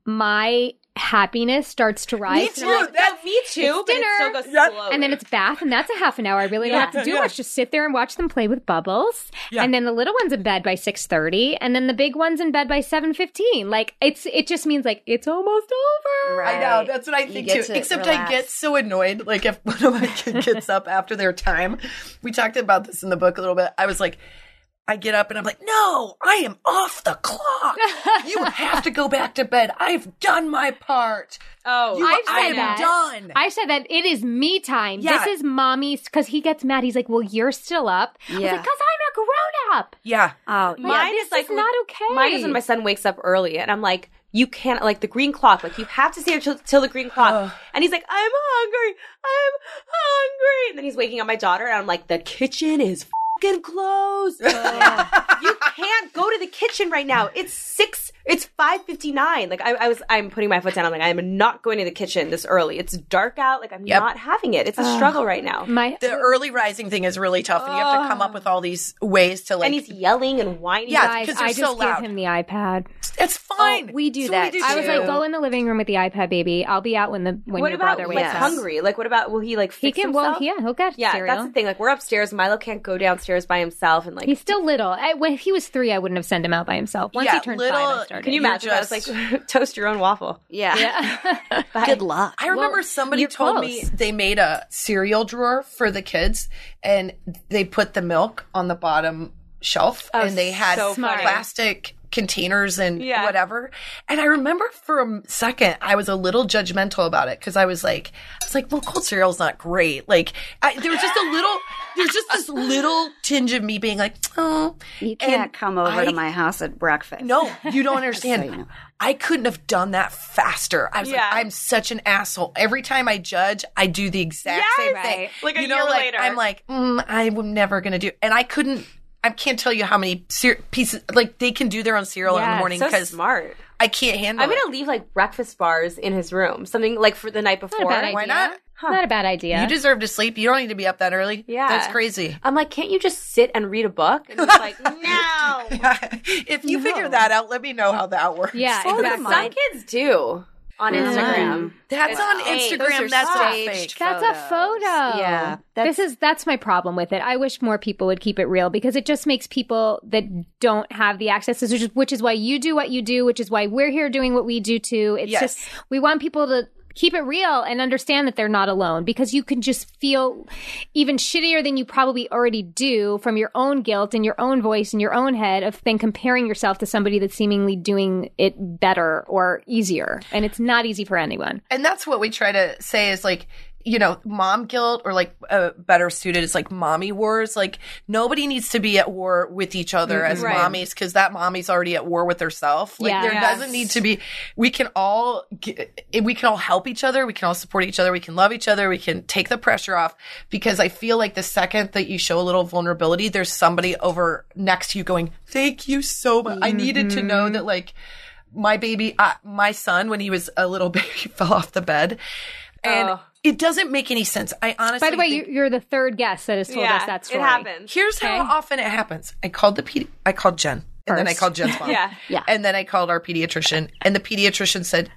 [SPEAKER 4] my happiness starts to rise. and I'm
[SPEAKER 8] Me too.
[SPEAKER 4] like,
[SPEAKER 8] That's-
[SPEAKER 5] me too. But it still
[SPEAKER 4] dinner.
[SPEAKER 5] goes slowly.
[SPEAKER 4] And then it's bath, and that's a half an hour. I really
[SPEAKER 7] Yeah.
[SPEAKER 4] don't have to do much. Just sit there and watch them play with bubbles.
[SPEAKER 8] Yeah.
[SPEAKER 4] And then the little one's in bed by six thirty, and then the big one's in bed by seven fifteen. Like it's it just means like it's almost over.
[SPEAKER 8] I know. That's what I
[SPEAKER 7] You
[SPEAKER 8] think
[SPEAKER 7] get
[SPEAKER 8] too.
[SPEAKER 7] to
[SPEAKER 8] Except I
[SPEAKER 7] relax.
[SPEAKER 8] get so annoyed. Like if one of my kids gets up after their time, we talked about this in the book a little bit. I was like, I get up and I'm like, no, I am off the clock. You have to go back to bed. I've done my part.
[SPEAKER 5] oh,
[SPEAKER 8] You,
[SPEAKER 4] I've
[SPEAKER 8] I
[SPEAKER 4] said
[SPEAKER 8] am
[SPEAKER 4] that.
[SPEAKER 8] done.
[SPEAKER 4] I said that it is me time.
[SPEAKER 8] Yeah.
[SPEAKER 4] This is mommy's because he gets mad. He's like, "Well, you're still up." I was
[SPEAKER 7] Yeah.
[SPEAKER 4] like, "Cause I'm a grown up."
[SPEAKER 8] yeah.
[SPEAKER 7] Oh,
[SPEAKER 5] mine
[SPEAKER 4] this
[SPEAKER 5] is
[SPEAKER 4] is
[SPEAKER 5] like
[SPEAKER 4] not okay.
[SPEAKER 5] Mine is when my son wakes up early, and I'm like, you can't like the green clock. Like you have to stay up till, till the green clock. and he's like, I'm hungry. I'm hungry. And then he's waking up my daughter, and I'm like, the kitchen is. Fucking closed. you can't go to the kitchen right now. It's six. It's five fifty nine. Like I, I was, I'm putting my foot down. I'm like, I am not going to the kitchen this early. It's dark out. Like I'm
[SPEAKER 8] Yep.
[SPEAKER 5] not having it. It's a struggle right now.
[SPEAKER 4] My
[SPEAKER 8] The early rising thing is really tough, and you have to come up with all these ways to like.
[SPEAKER 5] and he's yelling and whining.
[SPEAKER 8] Yeah,
[SPEAKER 4] guys,
[SPEAKER 8] 'cause they're
[SPEAKER 4] I just
[SPEAKER 8] so
[SPEAKER 4] give
[SPEAKER 8] loud.
[SPEAKER 4] him the iPad.
[SPEAKER 8] It's fine.
[SPEAKER 7] Oh, we do
[SPEAKER 8] It's
[SPEAKER 7] that
[SPEAKER 8] what we
[SPEAKER 7] too.
[SPEAKER 4] I was like,
[SPEAKER 8] too.
[SPEAKER 4] go in the living room with the iPad, baby. I'll be out when the when
[SPEAKER 5] what
[SPEAKER 4] your
[SPEAKER 5] about
[SPEAKER 4] brother
[SPEAKER 5] like
[SPEAKER 4] wakes
[SPEAKER 7] Yes.
[SPEAKER 4] up.
[SPEAKER 5] hungry? Like, what about will he like
[SPEAKER 4] He
[SPEAKER 5] fix
[SPEAKER 4] can.
[SPEAKER 5] himself?
[SPEAKER 4] Well, yeah, he'll get
[SPEAKER 5] yeah.
[SPEAKER 4] cereal.
[SPEAKER 5] That's the thing. Like, we're upstairs. Milo can't go downstairs by himself, and like,
[SPEAKER 4] He's still little. I, when he was three, I wouldn't have sent him out by himself. Once he
[SPEAKER 8] Yeah,
[SPEAKER 4] turned
[SPEAKER 8] little-
[SPEAKER 4] five, I started.
[SPEAKER 5] can you
[SPEAKER 8] you're
[SPEAKER 5] imagine? I was
[SPEAKER 8] just-
[SPEAKER 5] like, toast your own waffle.
[SPEAKER 7] Yeah. Good luck.
[SPEAKER 8] I remember
[SPEAKER 4] Well,
[SPEAKER 8] somebody
[SPEAKER 4] you're
[SPEAKER 8] told me
[SPEAKER 4] close.
[SPEAKER 8] they made a cereal drawer for the kids and they put the milk on the bottom shelf and they had
[SPEAKER 5] so funny.
[SPEAKER 8] plastic containers and
[SPEAKER 5] Yeah.
[SPEAKER 8] whatever. And I remember for a second I was a little judgmental about it cuz I was like I was like, "Well, cold cereal's not great." Like I, there was just a little there's just this little tinge of me being like, "Oh,
[SPEAKER 7] You can't
[SPEAKER 8] And
[SPEAKER 7] come over
[SPEAKER 8] I-
[SPEAKER 7] to my house at breakfast.
[SPEAKER 8] no, you don't understand.
[SPEAKER 7] you know.
[SPEAKER 8] I couldn't have done that faster. I was
[SPEAKER 5] Yeah.
[SPEAKER 8] like, I'm such an asshole. Every time I judge, I do the exact
[SPEAKER 5] Yes!
[SPEAKER 8] same thing.
[SPEAKER 5] Right. Like a
[SPEAKER 8] you know,
[SPEAKER 5] year
[SPEAKER 8] like,
[SPEAKER 5] later.
[SPEAKER 8] I'm like, mm, I'm never gonna do. And I couldn't. I can't tell you how many ser- pieces. Like they can do their own cereal in the
[SPEAKER 4] Yeah,
[SPEAKER 8] morning
[SPEAKER 5] So
[SPEAKER 8] because
[SPEAKER 5] smart.
[SPEAKER 8] I can't handle.
[SPEAKER 5] I'm
[SPEAKER 8] it.
[SPEAKER 5] gonna leave like breakfast bars in his room, something like for the night
[SPEAKER 4] Not a
[SPEAKER 5] before.
[SPEAKER 4] bad idea.
[SPEAKER 8] Why not?
[SPEAKER 4] Not a bad idea.
[SPEAKER 8] You deserve to sleep. You don't need to be up that early.
[SPEAKER 5] Yeah.
[SPEAKER 8] that's crazy.
[SPEAKER 5] I'm like, can't you just sit and read a book? And he's like, mm, no.
[SPEAKER 8] if you figure that out, let me know how that works.
[SPEAKER 4] yeah,
[SPEAKER 7] Well,
[SPEAKER 4] exactly.
[SPEAKER 7] come on.
[SPEAKER 5] Some kids do on Instagram.
[SPEAKER 8] that's on
[SPEAKER 7] Hey,
[SPEAKER 8] Instagram.
[SPEAKER 7] those are
[SPEAKER 8] that's not
[SPEAKER 7] staged
[SPEAKER 8] fake.
[SPEAKER 4] That's a
[SPEAKER 7] photos.
[SPEAKER 4] photo.
[SPEAKER 7] Yeah.
[SPEAKER 4] this is that's my problem with it. I wish more people would keep it real because it just makes people that don't have the access, which is, which is why you do what you do, which is why we're here doing what we do too. It's
[SPEAKER 8] Yes.
[SPEAKER 4] just we want people to keep it real and understand that they're not alone because you can just feel even shittier than you probably already do from your own guilt and your own voice and your own head of then comparing yourself to somebody that's seemingly doing it better or easier and it's not easy for anyone
[SPEAKER 8] and that's what we try to say is like you know mom guilt or like uh, better suited is like mommy wars like nobody needs to be at war with each other as
[SPEAKER 5] Right.
[SPEAKER 8] mommies because that mommy's already at war with herself like
[SPEAKER 4] Yeah.
[SPEAKER 8] there
[SPEAKER 5] Yes.
[SPEAKER 8] doesn't need to be we can all get, we can all help each other we can all support each other we can love each other we can take the pressure off because i feel like the second that you show a little vulnerability there's somebody over next to you going thank you so much i needed to
[SPEAKER 4] Mm-hmm.
[SPEAKER 8] know that like my baby, uh, my son, when he was a little baby, fell off the bed, and
[SPEAKER 5] Oh.
[SPEAKER 8] it doesn't make any sense. I honestly,
[SPEAKER 4] By the way,
[SPEAKER 8] think-
[SPEAKER 4] you, you're the third guest that has told us that story.
[SPEAKER 5] it happens.
[SPEAKER 8] here's how often it happens. I called the pedi- I called Jen, and then I called Jen's mom,
[SPEAKER 5] Yeah.
[SPEAKER 7] Yeah.
[SPEAKER 8] and then I called our pediatrician, and the pediatrician said,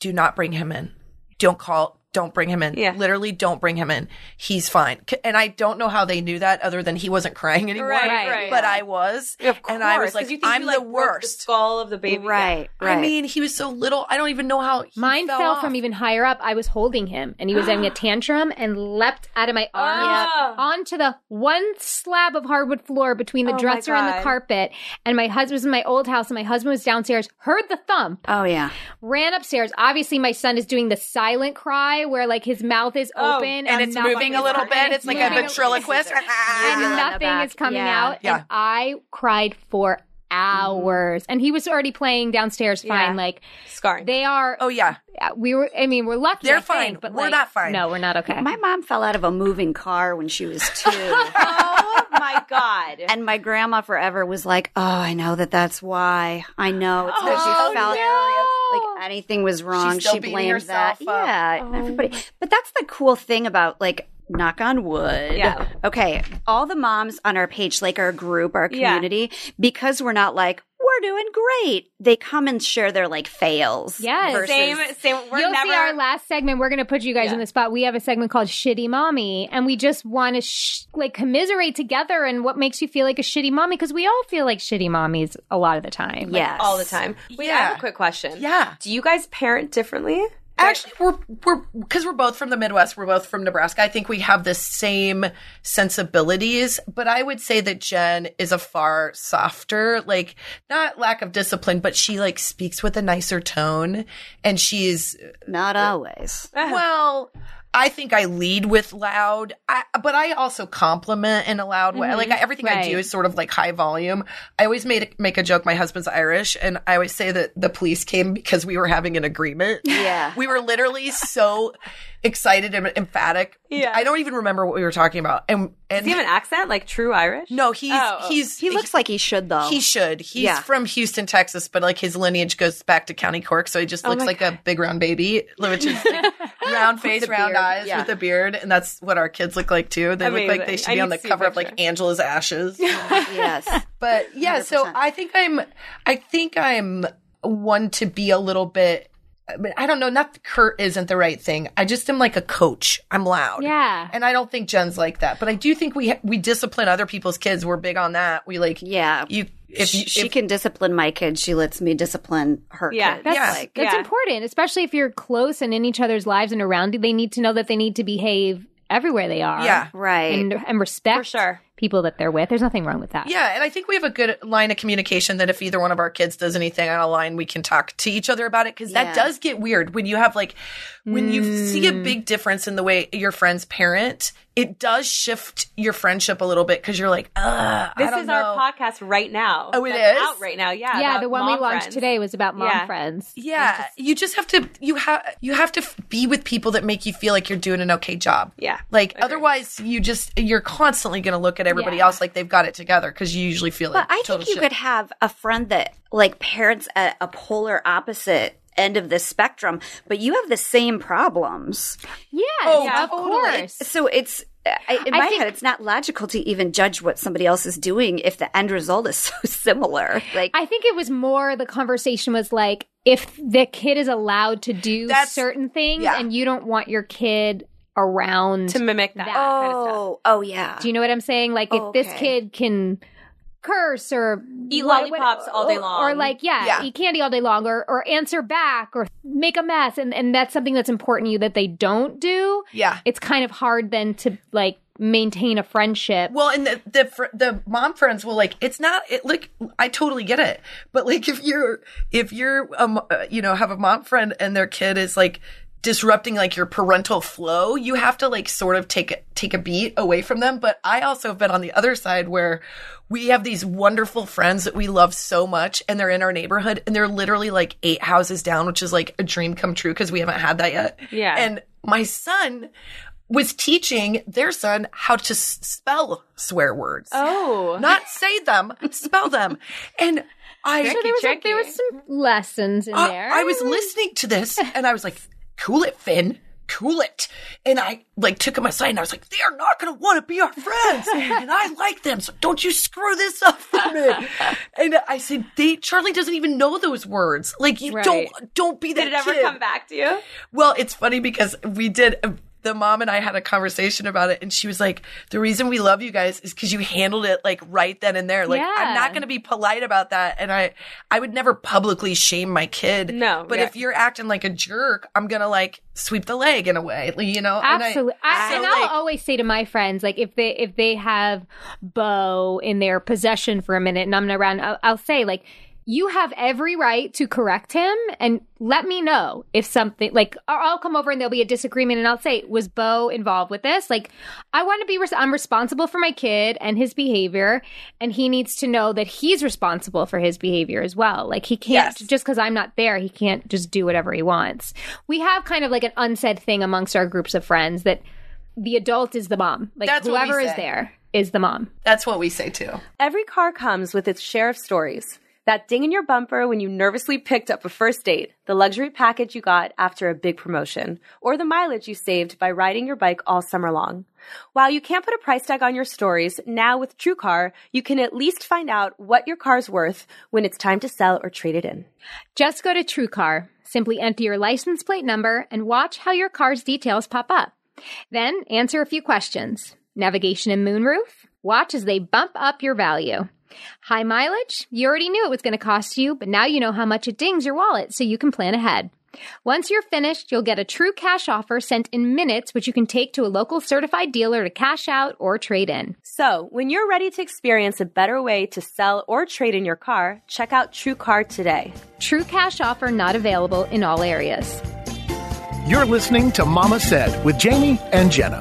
[SPEAKER 8] "Do not bring him in. Don't call." Don't bring him in.
[SPEAKER 5] Yeah.
[SPEAKER 8] Literally, don't bring him in. He's fine. C- And I don't know how they knew that other than he wasn't crying anymore.
[SPEAKER 5] Right, right.
[SPEAKER 8] But I was.
[SPEAKER 5] Of
[SPEAKER 8] and I
[SPEAKER 5] course,
[SPEAKER 8] was
[SPEAKER 5] 'cause
[SPEAKER 8] like,
[SPEAKER 5] you think
[SPEAKER 8] I'm
[SPEAKER 5] you,
[SPEAKER 8] the
[SPEAKER 5] like, broke
[SPEAKER 8] worst.
[SPEAKER 5] skull of the baby.
[SPEAKER 7] Right. Right.
[SPEAKER 8] I mean, he was so little. I don't even know how he
[SPEAKER 4] Mine fell,
[SPEAKER 8] off.
[SPEAKER 4] from even higher up. I was holding him, and he was having a tantrum and leapt out of my arms
[SPEAKER 8] Oh.
[SPEAKER 5] Ah.
[SPEAKER 4] onto the one slab of hardwood floor between
[SPEAKER 8] Oh
[SPEAKER 4] the
[SPEAKER 5] my
[SPEAKER 4] dresser and the
[SPEAKER 5] God.
[SPEAKER 4] carpet. And my husband was in my old house, and my husband was downstairs, heard the thump,
[SPEAKER 7] Oh yeah.
[SPEAKER 4] ran upstairs. Obviously, my son is doing the silent cry where like his mouth is open
[SPEAKER 8] Oh, and it's moving a little bit. It's like a
[SPEAKER 4] moving a-
[SPEAKER 8] ventriloquist.
[SPEAKER 4] and
[SPEAKER 7] Visual in the
[SPEAKER 4] nothing
[SPEAKER 7] back.
[SPEAKER 4] is coming
[SPEAKER 7] Yeah.
[SPEAKER 4] out.
[SPEAKER 8] Yeah. Mm-hmm.
[SPEAKER 4] And I cried for hours, and he was already playing downstairs fine.
[SPEAKER 5] Yeah.
[SPEAKER 4] Like
[SPEAKER 5] Scarring.
[SPEAKER 4] they are.
[SPEAKER 8] oh yeah,
[SPEAKER 4] we were. I mean, we're lucky.
[SPEAKER 8] They're
[SPEAKER 4] I think,
[SPEAKER 8] fine.
[SPEAKER 4] but
[SPEAKER 8] We're
[SPEAKER 4] like,
[SPEAKER 8] not fine.
[SPEAKER 4] No, we're not okay.
[SPEAKER 7] My mom fell out of a moving car when she was two,
[SPEAKER 5] oh my god.
[SPEAKER 7] and my grandma forever was like, "Oh, I know that. That's why. I know it's because she fell." Like anything was wrong.
[SPEAKER 8] Oh, She's still
[SPEAKER 7] she
[SPEAKER 8] beating
[SPEAKER 7] blamed that.
[SPEAKER 8] herself up.
[SPEAKER 7] Yeah, everybody. But that's the cool thing about like knock on wood.
[SPEAKER 5] Yeah.
[SPEAKER 7] Okay, all the moms on our page, like our group, our
[SPEAKER 5] Yeah.
[SPEAKER 7] community, because we're not like we're doing great. They come and share their like fails.
[SPEAKER 4] Yes.
[SPEAKER 7] versus-
[SPEAKER 5] same. Same. We're
[SPEAKER 4] You'll
[SPEAKER 5] never.
[SPEAKER 4] see our last segment. We're going to put you guys in the spot. We have a segment called "Shitty Mommy," and we just want to sh- like commiserate together and what makes you feel like a shitty mommy because we all feel like shitty mommies a lot of the time. Like,
[SPEAKER 7] Yes.
[SPEAKER 5] all the time. Wait, I have
[SPEAKER 8] Yeah.
[SPEAKER 5] a quick question.
[SPEAKER 8] Yeah.
[SPEAKER 5] Do you guys parent differently?
[SPEAKER 8] actually we're we're because we're both from the midwest we're both from nebraska i think we have the same sensibilities but i would say that jen is a far softer like not lack of discipline but she like speaks with a nicer tone and she's
[SPEAKER 7] Not always.
[SPEAKER 8] well i think i lead with loud I, but i also compliment in a loud way
[SPEAKER 5] Mm-hmm.
[SPEAKER 8] like I, everything i
[SPEAKER 4] right.
[SPEAKER 8] do is sort of like high volume i always made make a joke my husband's irish and i always say that the police came because we were having an agreement
[SPEAKER 7] Yeah.
[SPEAKER 8] we were literally so excited and emphatic
[SPEAKER 5] Yeah.
[SPEAKER 8] i don't even remember what we were talking about and and
[SPEAKER 5] Do you have an accent like true Irish?
[SPEAKER 8] no he's
[SPEAKER 5] Oh, oh.
[SPEAKER 8] he's
[SPEAKER 7] He looks like he should though.
[SPEAKER 8] he should. He's
[SPEAKER 7] Yeah.
[SPEAKER 8] from Houston, Texas, but like his lineage goes back to County Cork, so he
[SPEAKER 5] Oh
[SPEAKER 8] just looks like a big round baby, which is like round face, round
[SPEAKER 7] beard,
[SPEAKER 8] eyes
[SPEAKER 7] yeah.
[SPEAKER 8] with a beard, and that's what our kids look like too. They look like they
[SPEAKER 5] Amazing.
[SPEAKER 8] should
[SPEAKER 5] I
[SPEAKER 8] be
[SPEAKER 5] need
[SPEAKER 8] on
[SPEAKER 5] to
[SPEAKER 8] the
[SPEAKER 5] see a
[SPEAKER 8] cover of
[SPEAKER 5] picture.
[SPEAKER 8] like Angela's Ashes.
[SPEAKER 7] yes.
[SPEAKER 8] but yeah, so
[SPEAKER 7] 100%.
[SPEAKER 8] I think I'm I think I'm one to be a little bit but I don't know, not Kurt isn't the right thing. I just am like a coach. I'm loud.
[SPEAKER 4] Yeah.
[SPEAKER 8] And I don't think Jen's like that, but I do think we we discipline other people's kids. We're big on that. We like
[SPEAKER 7] Yeah.
[SPEAKER 8] You if
[SPEAKER 7] she,
[SPEAKER 8] you-
[SPEAKER 7] she
[SPEAKER 8] if-
[SPEAKER 7] can discipline my kids, she lets me discipline her
[SPEAKER 5] Yeah,
[SPEAKER 7] kids.
[SPEAKER 4] That's
[SPEAKER 8] Yeah.
[SPEAKER 7] Like,
[SPEAKER 4] that's
[SPEAKER 5] Yeah.
[SPEAKER 4] important, especially if you're close and in each other's lives and around you. They need to know that they need to behave everywhere they are.
[SPEAKER 8] Yeah.
[SPEAKER 7] right.
[SPEAKER 4] And, and respect
[SPEAKER 5] For sure.
[SPEAKER 4] people that they're with. There's nothing wrong with that.
[SPEAKER 8] Yeah, and I think we have a good line of communication that if either one of our kids does anything on a line, we can talk to each other about it because that
[SPEAKER 7] Yeah. Hmm.
[SPEAKER 8] does get weird when you have like when you see a big difference in the way your friends parent, it does shift your friendship a little bit because you're like, uh, I
[SPEAKER 5] This
[SPEAKER 8] don't
[SPEAKER 5] is
[SPEAKER 8] know.
[SPEAKER 5] our podcast right now.
[SPEAKER 8] Oh, it
[SPEAKER 5] That's
[SPEAKER 8] is?
[SPEAKER 5] out right now. Yeah,
[SPEAKER 4] Yeah,
[SPEAKER 5] about
[SPEAKER 4] the one we
[SPEAKER 5] mom
[SPEAKER 4] launched
[SPEAKER 5] friends.
[SPEAKER 4] today was about mom
[SPEAKER 5] Yeah.
[SPEAKER 4] friends.
[SPEAKER 8] Yeah, you just have to you have you have to f- be with people that make you feel like you're doing an okay job.
[SPEAKER 5] Yeah,
[SPEAKER 8] like
[SPEAKER 5] agree.
[SPEAKER 8] otherwise you just you're constantly going to look at everybody
[SPEAKER 4] Yeah.
[SPEAKER 8] else like they've got it together because you usually feel like
[SPEAKER 7] But I
[SPEAKER 8] total
[SPEAKER 7] think you
[SPEAKER 8] shit.
[SPEAKER 7] could have a friend that like parents at a polar opposite end of the spectrum, but you have the same problems.
[SPEAKER 4] Yes,
[SPEAKER 8] Oh,
[SPEAKER 4] yeah, of
[SPEAKER 8] totally.
[SPEAKER 4] course.
[SPEAKER 7] So it's I, in
[SPEAKER 4] I
[SPEAKER 7] my
[SPEAKER 4] think-
[SPEAKER 7] head, it's not logical to even judge what somebody else is doing if the end result is so similar. Like,
[SPEAKER 4] I think it was more the conversation was like if the kid is allowed to do
[SPEAKER 8] That's-
[SPEAKER 4] certain things
[SPEAKER 8] yeah.
[SPEAKER 4] and you don't want your kid around
[SPEAKER 5] to mimic that.
[SPEAKER 4] That.
[SPEAKER 5] kind of stuff.
[SPEAKER 7] oh, oh yeah,
[SPEAKER 4] Do you know what I'm saying? Like if this
[SPEAKER 7] Okay.
[SPEAKER 4] kid can curse or
[SPEAKER 5] Eat
[SPEAKER 4] what- what-
[SPEAKER 5] lollipops all day
[SPEAKER 4] oh, or-
[SPEAKER 5] long.
[SPEAKER 4] or like yeah,
[SPEAKER 8] Yeah.
[SPEAKER 4] eat candy all day long, or or answer back, or make a mess, and and that's something that's important to you that they don't do.
[SPEAKER 8] Yeah.
[SPEAKER 4] it's kind of hard then to like maintain a friendship.
[SPEAKER 8] Well, and the the fr- the mom friends will like it's not it like I totally get it, but like if you're if you're um uh, you know have a mom friend and their kid is like disrupting like your parental flow, you have to like sort of take a- take a beat away from them. But I also have been on the other side where we have these wonderful friends that we love so much, and they're in our neighborhood, and they're literally like eight houses down, which is like a dream come true because we haven't had that yet.
[SPEAKER 5] Yeah.
[SPEAKER 8] and my son was teaching their son how to s- spell swear words.
[SPEAKER 5] Oh.
[SPEAKER 8] Not say them, spell them. And I
[SPEAKER 4] so there was like, there was some lessons in
[SPEAKER 8] I-
[SPEAKER 4] there.
[SPEAKER 8] Uh, I was listening to this and I was like, cool it, Finn. Cool it. And I like took him aside and I was like, they are not going to want to be our friends. and I like them. So don't you screw this up for me. and I said, they, Charlie doesn't even know those words. Like you don't, don't be that
[SPEAKER 5] Did it ever
[SPEAKER 8] kid.
[SPEAKER 5] come back to you?
[SPEAKER 8] Well, it's funny because we did. The mom and I had a conversation about it, and she was like, "The reason we love you guys is because you handled it like right then and there. Like, I'm
[SPEAKER 4] Yeah.
[SPEAKER 8] not going to be polite about that, and I, I would never publicly shame my kid.
[SPEAKER 5] No,
[SPEAKER 8] but
[SPEAKER 5] yeah.
[SPEAKER 8] if you're acting like a jerk, I'm gonna like sweep the leg in a way, like, you know. And I-
[SPEAKER 4] Absolutely, I,
[SPEAKER 8] so,
[SPEAKER 4] and I'll
[SPEAKER 8] like-
[SPEAKER 4] always say to my friends, like if they if they have Bo in their possession for a minute and I'm not around, I'll, I'll say like, you have every right to correct him and let me know if something like or I'll come over and there'll be a disagreement and I'll say, was Bo involved with this? Like, I want to be res- I'm responsible for my kid and his behavior, and he needs to know that he's responsible for his behavior as well. Like he can't
[SPEAKER 8] Yes.
[SPEAKER 4] just because I'm not there, he can't just do whatever he wants. We have kind of like an unsaid thing amongst our groups of friends that the adult is the mom. Like
[SPEAKER 8] That's what we
[SPEAKER 4] whoever is
[SPEAKER 8] say.
[SPEAKER 4] there is the mom.
[SPEAKER 8] that's what we say too.
[SPEAKER 5] Every car comes with its share of stories. That ding in your bumper when you nervously picked up a first date, the luxury package you got after a big promotion, or the mileage you saved by riding your bike all summer long. While you can't put a price tag on your stories, now with TrueCar, you can at least find out what your car's worth when it's time to sell or trade it in.
[SPEAKER 4] Just go to TrueCar. Simply enter your license plate number and watch how your car's details pop up. Then answer a few questions. Navigation and moonroof? Watch as they bump up your value. High mileage? You already knew it was going to cost you, but now you know how much it dings your wallet so you can plan ahead. Once you're finished, you'll get a true cash offer sent in minutes, which you can take to a local certified dealer to cash out or trade in.
[SPEAKER 5] So, when you're ready to experience a better way to sell or trade in your car, check out TrueCar today.
[SPEAKER 4] True cash offer not available in all areas.
[SPEAKER 3] You're listening to Mama Said with Jamie and Jenna.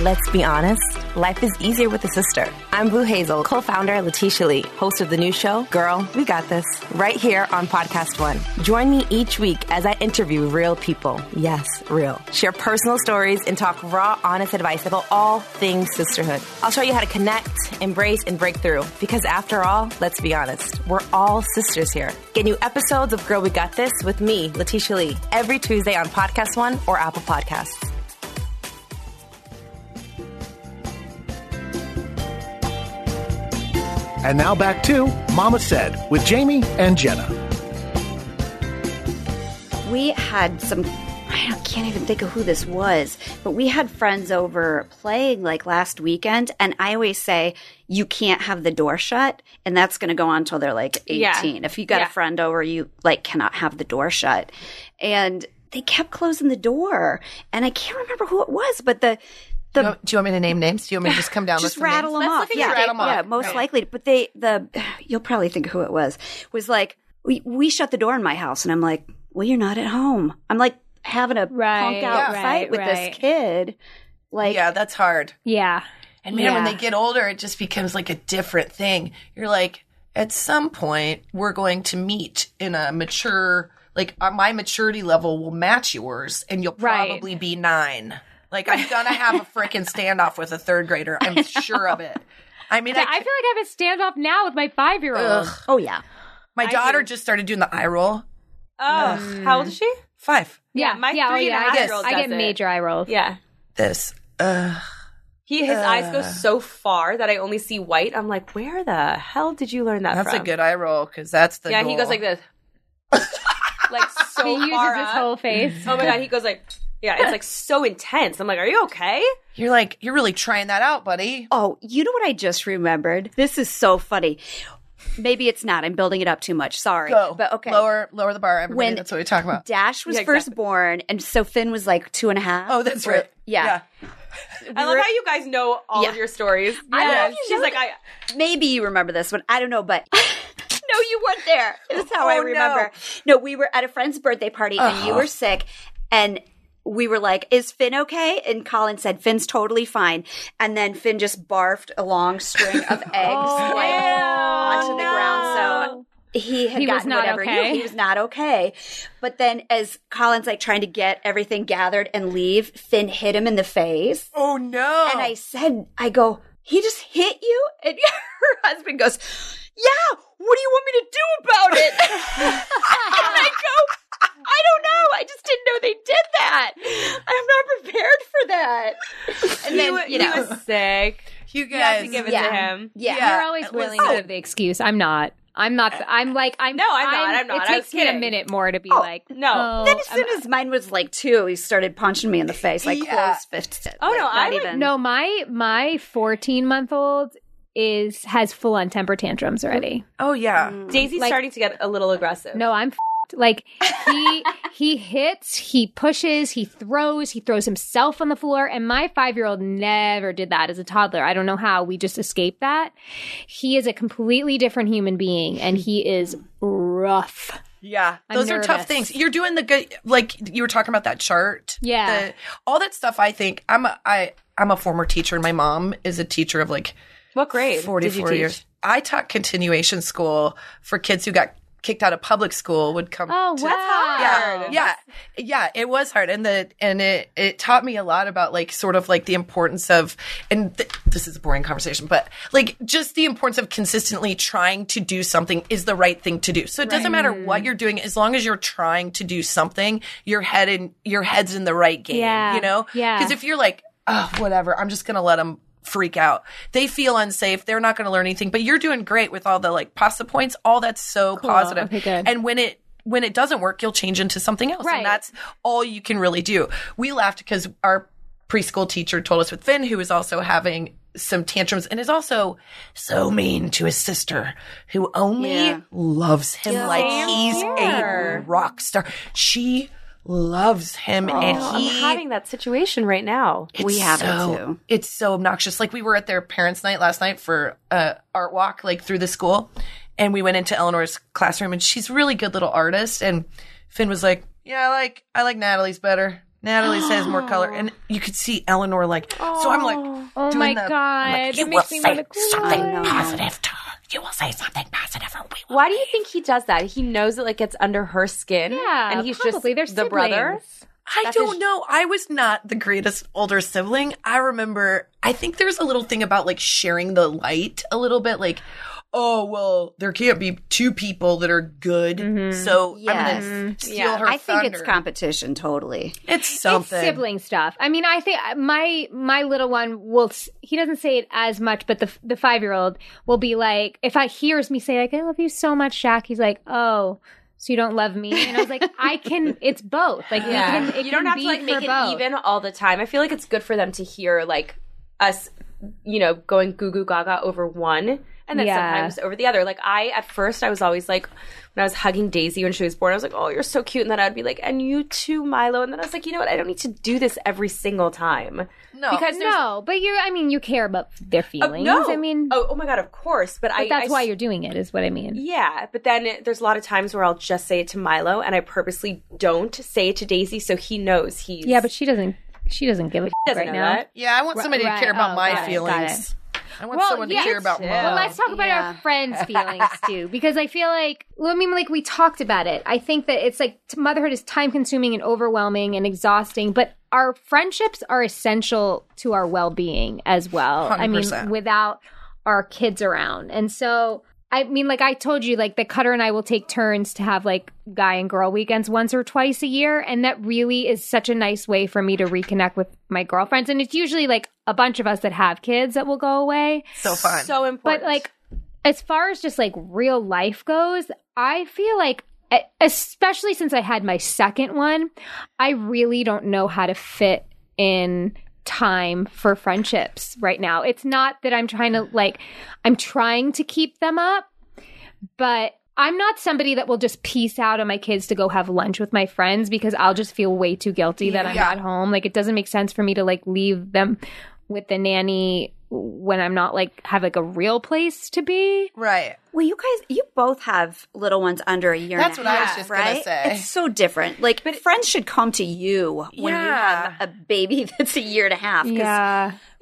[SPEAKER 9] Let's be honest, life is easier with a sister. I'm Blue Hazel, co founder Letitia Lee, host of the new show, Girl, We Got This, right here on Podcast One. Join me each week as I interview real people. Yes, real. Share personal stories and talk raw, honest advice about all things sisterhood. I'll show you how to connect, embrace, and break through. Because after all, let's be honest, we're all sisters here. Get new episodes of Girl, We Got This with me, Letitia Lee, every Tuesday on Podcast One or Apple Podcasts.
[SPEAKER 3] And now back to Mama Said with Jamie and Jenna.
[SPEAKER 7] we had some I don't- can't even think of who this was, but we had friends over playing like last weekend, and I always say you can't have the door shut, and that's going to go on until they're like
[SPEAKER 5] Yeah.
[SPEAKER 7] eighteen. If you got
[SPEAKER 5] Yeah.
[SPEAKER 7] a friend over, you like cannot have the door shut, and they kept closing the door, and I can't remember who it was, but the the
[SPEAKER 8] Do you, want me to name names? Do you want me to just come down?
[SPEAKER 7] just
[SPEAKER 8] with some names?
[SPEAKER 7] rattle them
[SPEAKER 5] Let's
[SPEAKER 7] off.
[SPEAKER 5] look at
[SPEAKER 7] yeah,
[SPEAKER 5] your
[SPEAKER 8] Rattle 'em
[SPEAKER 7] yeah,
[SPEAKER 8] off.
[SPEAKER 7] most
[SPEAKER 8] Right.
[SPEAKER 7] likely. But they, the you'll probably think who it was was like we we shut the door in my house, and I'm like, well, you're not at home. I'm like having a
[SPEAKER 4] Right,
[SPEAKER 7] punk out
[SPEAKER 4] yeah.
[SPEAKER 7] fight with
[SPEAKER 4] right, right.
[SPEAKER 7] this kid. Like,
[SPEAKER 8] Yeah, that's hard.
[SPEAKER 4] Yeah.
[SPEAKER 8] And man, when
[SPEAKER 4] Yeah.
[SPEAKER 8] they get older, it just becomes like a different thing. You're like, at some point, we're going to meet in a mature, like uh, my maturity level will match yours, and you'll
[SPEAKER 4] Right.
[SPEAKER 8] probably be nine. Like I'm gonna have a freaking standoff with a third grader. I'm sure of it. I mean,
[SPEAKER 4] I
[SPEAKER 8] I,
[SPEAKER 4] feel like I have a standoff now with my five year old.
[SPEAKER 7] oh yeah,
[SPEAKER 8] my daughter just started doing the eye roll.
[SPEAKER 5] Oh, how old is she?
[SPEAKER 8] Five.
[SPEAKER 4] Yeah,
[SPEAKER 5] my
[SPEAKER 4] yeah,
[SPEAKER 5] three and a
[SPEAKER 4] yeah,
[SPEAKER 5] half
[SPEAKER 4] I get-
[SPEAKER 5] year old
[SPEAKER 4] I
[SPEAKER 5] does
[SPEAKER 4] get
[SPEAKER 5] it.
[SPEAKER 4] major eye rolls.
[SPEAKER 5] Yeah.
[SPEAKER 8] This. Uh,
[SPEAKER 5] He his eyes
[SPEAKER 7] Uh.
[SPEAKER 5] go so far that I only see white. I'm like, where the hell did you learn that
[SPEAKER 8] that's
[SPEAKER 5] from?
[SPEAKER 8] a good eye roll because that's the
[SPEAKER 5] Yeah, he
[SPEAKER 8] goal.
[SPEAKER 5] goes like this. like so
[SPEAKER 4] He uses
[SPEAKER 5] far
[SPEAKER 4] his
[SPEAKER 5] up.
[SPEAKER 4] whole face.
[SPEAKER 5] Oh my god, he goes like yeah, it's like so intense. I'm like, are you okay?
[SPEAKER 8] You're like, you're really trying that out, buddy.
[SPEAKER 7] Oh, you know what I just remembered? This is so funny. Maybe it's not. I'm building it up too much. Sorry,
[SPEAKER 8] Go,
[SPEAKER 7] but okay.
[SPEAKER 8] Lower, lower the bar. Everybody,
[SPEAKER 7] When-
[SPEAKER 8] that's what we talk about.
[SPEAKER 7] Dash was
[SPEAKER 5] Yeah,
[SPEAKER 7] first born, and so Finn was like two and a half.
[SPEAKER 8] oh, that's right.
[SPEAKER 7] yeah.
[SPEAKER 5] I love how you guys know all of
[SPEAKER 7] Yeah.
[SPEAKER 5] your stories.
[SPEAKER 7] I don't know
[SPEAKER 5] Yeah.
[SPEAKER 7] if you
[SPEAKER 5] She's
[SPEAKER 7] know
[SPEAKER 5] like, I
[SPEAKER 7] maybe you remember this one. I don't know, but no, you weren't there. That's how I
[SPEAKER 8] Oh, no.
[SPEAKER 7] remember. No. we were at a friend's birthday party and you
[SPEAKER 4] Uh-huh.
[SPEAKER 7] were sick and we were like, "Is Finn okay?" And Colin said, "Finn's totally fine." And then Finn just barfed a long string of eggs
[SPEAKER 4] Oh,
[SPEAKER 7] like, onto the ground. So he had
[SPEAKER 4] He was
[SPEAKER 7] gotten
[SPEAKER 4] not
[SPEAKER 7] whatever
[SPEAKER 4] okay.
[SPEAKER 7] he, he was not okay. But then, as Colin's like trying to get everything gathered and leave, Finn hit him in the face.
[SPEAKER 8] Oh no.
[SPEAKER 7] And I said, I go, he just hit you? And her husband goes, Yeah, what do you want me to do about it? and I go, I don't know. I just didn't know they did that. I'm not prepared for that. And
[SPEAKER 5] he,
[SPEAKER 7] then,
[SPEAKER 5] wa- he
[SPEAKER 7] you know,
[SPEAKER 5] was sick.
[SPEAKER 8] You
[SPEAKER 5] You have
[SPEAKER 8] guys,
[SPEAKER 5] to give it to
[SPEAKER 7] Yeah.
[SPEAKER 5] him.
[SPEAKER 7] yeah.
[SPEAKER 8] Yeah.
[SPEAKER 4] You're always
[SPEAKER 8] It
[SPEAKER 4] willing
[SPEAKER 8] was-
[SPEAKER 4] to give the excuse. I'm not. I'm not. I'm like. I'm.
[SPEAKER 5] No, I'm not, I'm not.
[SPEAKER 4] It
[SPEAKER 5] I
[SPEAKER 4] takes
[SPEAKER 5] was
[SPEAKER 4] me a
[SPEAKER 5] kidding.
[SPEAKER 4] minute more to be like.
[SPEAKER 5] no.
[SPEAKER 4] Oh,
[SPEAKER 7] Then as
[SPEAKER 4] I'm-
[SPEAKER 7] soon as mine was like two, he started punching me in the face, like
[SPEAKER 8] Yeah.
[SPEAKER 7] close fisted.
[SPEAKER 5] Oh, no, I, like,
[SPEAKER 4] no, my my 14 month old is has full on temper tantrums already.
[SPEAKER 8] oh yeah.
[SPEAKER 4] Mm.
[SPEAKER 5] Daisy's
[SPEAKER 4] Like-
[SPEAKER 5] starting to get a little aggressive.
[SPEAKER 4] No, I'm fed. like he he hits, he pushes, he throws, he throws himself on the floor. And my five year old never did that as a toddler. I don't know how we just escaped that. He is a completely different human being, and he is rough.
[SPEAKER 8] Yeah,
[SPEAKER 4] I'm
[SPEAKER 8] those are
[SPEAKER 4] nervous.
[SPEAKER 8] tough things. You're doing the good, like you were talking about that chart.
[SPEAKER 4] Yeah.
[SPEAKER 8] the- all that stuff. I think I'm a I I'm a former teacher, and my mom is a teacher of like
[SPEAKER 5] What grade?
[SPEAKER 8] forty
[SPEAKER 5] did you
[SPEAKER 8] four
[SPEAKER 5] teach?
[SPEAKER 8] years. I taught continuation school for kids who got kicked out of public school. Would come.
[SPEAKER 4] Oh
[SPEAKER 8] to-
[SPEAKER 4] wow!
[SPEAKER 8] yeah, yeah, yeah. It was hard, and the and it it taught me a lot about like sort of like the importance of and th- this is a boring conversation, but like just the importance of consistently trying to do something is the right thing to do. So it doesn't matter what you're doing as long as you're trying to do something. Your head in your head's in the right game.
[SPEAKER 4] Yeah,
[SPEAKER 8] you know.
[SPEAKER 4] yeah.
[SPEAKER 8] Because if you're like, oh, whatever, I'm just gonna let them freak out. They feel unsafe. They're not going to learn anything, but you're doing great with all the like pasta points. All that's so positive.
[SPEAKER 4] Okay, good.
[SPEAKER 8] And when it when it doesn't work, you'll change into something else.
[SPEAKER 4] Right.
[SPEAKER 8] And that's all you can really do. We laughed because our preschool teacher told us with Finn, who is also having some tantrums and is also so mean to his sister, who only
[SPEAKER 7] Yeah.
[SPEAKER 8] loves him like he's a rock star. She loves him and he
[SPEAKER 5] I'm having that situation right now.
[SPEAKER 8] it's
[SPEAKER 7] We have it,
[SPEAKER 8] so,
[SPEAKER 7] too.
[SPEAKER 8] It's so obnoxious. Like we were at their parents' night last night for uh, art walk, like through the school, and we went into Eleanor's classroom, and she's a really good little artist. And Finn was like, "Yeah, I like I like Natalie's better. Natalie's has more color." And you could see Eleanor like. So I'm like,
[SPEAKER 4] Oh
[SPEAKER 8] doing
[SPEAKER 4] my
[SPEAKER 8] the- I'm
[SPEAKER 4] god!
[SPEAKER 8] like,
[SPEAKER 4] it
[SPEAKER 8] you will
[SPEAKER 4] makes me
[SPEAKER 8] say
[SPEAKER 4] want to
[SPEAKER 8] something
[SPEAKER 4] cry.
[SPEAKER 8] positive to her. You will say something positive, or we will
[SPEAKER 5] Why do you think he does that? He knows it like gets under her skin.
[SPEAKER 4] Yeah,
[SPEAKER 5] and he's
[SPEAKER 4] probably.
[SPEAKER 5] just
[SPEAKER 4] They're
[SPEAKER 5] the brother.
[SPEAKER 4] siblings.
[SPEAKER 8] I don't know. I was not the greatest older sibling. I remember, I think there's a little thing about like sharing the light a little bit. Like, oh well, there can't be two people that are good, so
[SPEAKER 7] Yes.
[SPEAKER 8] I'm gonna steal
[SPEAKER 5] Yeah.
[SPEAKER 8] her.
[SPEAKER 7] I think it's
[SPEAKER 8] thunder.
[SPEAKER 7] competition, totally.
[SPEAKER 8] It's something.
[SPEAKER 4] It's sibling stuff. I mean, I think uh, my my little one will. s- He doesn't say it as much, but the the five year old will be like, if I hears me say like, "I love you so much, Jack," he's like, "Oh." So you don't love me, and I was like, I can. It's both. Like we can, it
[SPEAKER 5] you don't
[SPEAKER 4] can
[SPEAKER 5] have
[SPEAKER 4] be
[SPEAKER 5] to like
[SPEAKER 4] for
[SPEAKER 5] make it
[SPEAKER 4] both.
[SPEAKER 5] even all the time. I feel like it's good for them to hear like us, you know, going goo goo gaga over one and then
[SPEAKER 4] Yeah.
[SPEAKER 5] sometimes over the other. Like I at first I was always like when I was hugging Daisy when she was born, I was like, Oh, you're so cute. And then I'd be like, And you too, Milo. And then I was like, you know what, I don't need to do this every single time.
[SPEAKER 8] No.
[SPEAKER 5] Because there's Oh,
[SPEAKER 4] No, but you. I mean, you care about their feelings.
[SPEAKER 5] no.
[SPEAKER 4] I mean,
[SPEAKER 5] oh, oh my god, of course. But, I
[SPEAKER 4] but that's
[SPEAKER 5] I
[SPEAKER 4] why you're doing it, is what I mean.
[SPEAKER 5] Yeah, but then it, there's a lot of times where I'll just say it to Milo, and I purposely don't say it to Daisy, so he knows he's
[SPEAKER 4] Yeah, but she doesn't. She doesn't give a
[SPEAKER 5] doesn't
[SPEAKER 4] right
[SPEAKER 5] know
[SPEAKER 4] now.
[SPEAKER 5] that.
[SPEAKER 8] yeah, I want somebody
[SPEAKER 4] right,
[SPEAKER 8] to care about
[SPEAKER 4] oh,
[SPEAKER 8] my
[SPEAKER 4] got it, got
[SPEAKER 8] feelings. I want someone
[SPEAKER 4] yeah,
[SPEAKER 8] to care about
[SPEAKER 4] too.
[SPEAKER 8] mine.
[SPEAKER 4] Well, let's talk about
[SPEAKER 7] Yeah.
[SPEAKER 4] our friends' feelings too, because I feel like, well, I mean, like we talked about it. I think that it's like t- motherhood is time consuming and overwhelming and exhausting, but our friendships are essential to our well being as well. I mean,
[SPEAKER 8] 100%.
[SPEAKER 4] without our kids around. And so, I mean, like I told you, like the Cutter and I will take turns to have like guy and girl weekends once or twice a year. And that really is such a nice way for me to reconnect with my girlfriends. And it's usually like a bunch of us that have kids that will go away.
[SPEAKER 8] so fun.
[SPEAKER 5] So
[SPEAKER 4] But
[SPEAKER 5] important.
[SPEAKER 4] like, as far as just like real life goes, I feel like, e- especially since I had my second one, I really don't know how to fit in time for friendships right now. It's not that I'm trying to like, I'm trying to keep them up, but. I'm not somebody that will just peace out on my kids to go have lunch with my friends because I'll just feel way too guilty that I'm
[SPEAKER 8] Yeah.
[SPEAKER 4] not home. Like it doesn't make sense for me to like leave them with the nanny when I'm not like have like a real place to be.
[SPEAKER 8] right.
[SPEAKER 7] Well, you guys, you both have little ones under a year.
[SPEAKER 8] That's
[SPEAKER 7] and a
[SPEAKER 8] what I was
[SPEAKER 7] half,
[SPEAKER 8] just gonna
[SPEAKER 7] right?
[SPEAKER 8] say.
[SPEAKER 7] It's so different. Like, friends should come to you when you
[SPEAKER 8] Yeah.
[SPEAKER 7] have a baby that's a year and a half. 'cause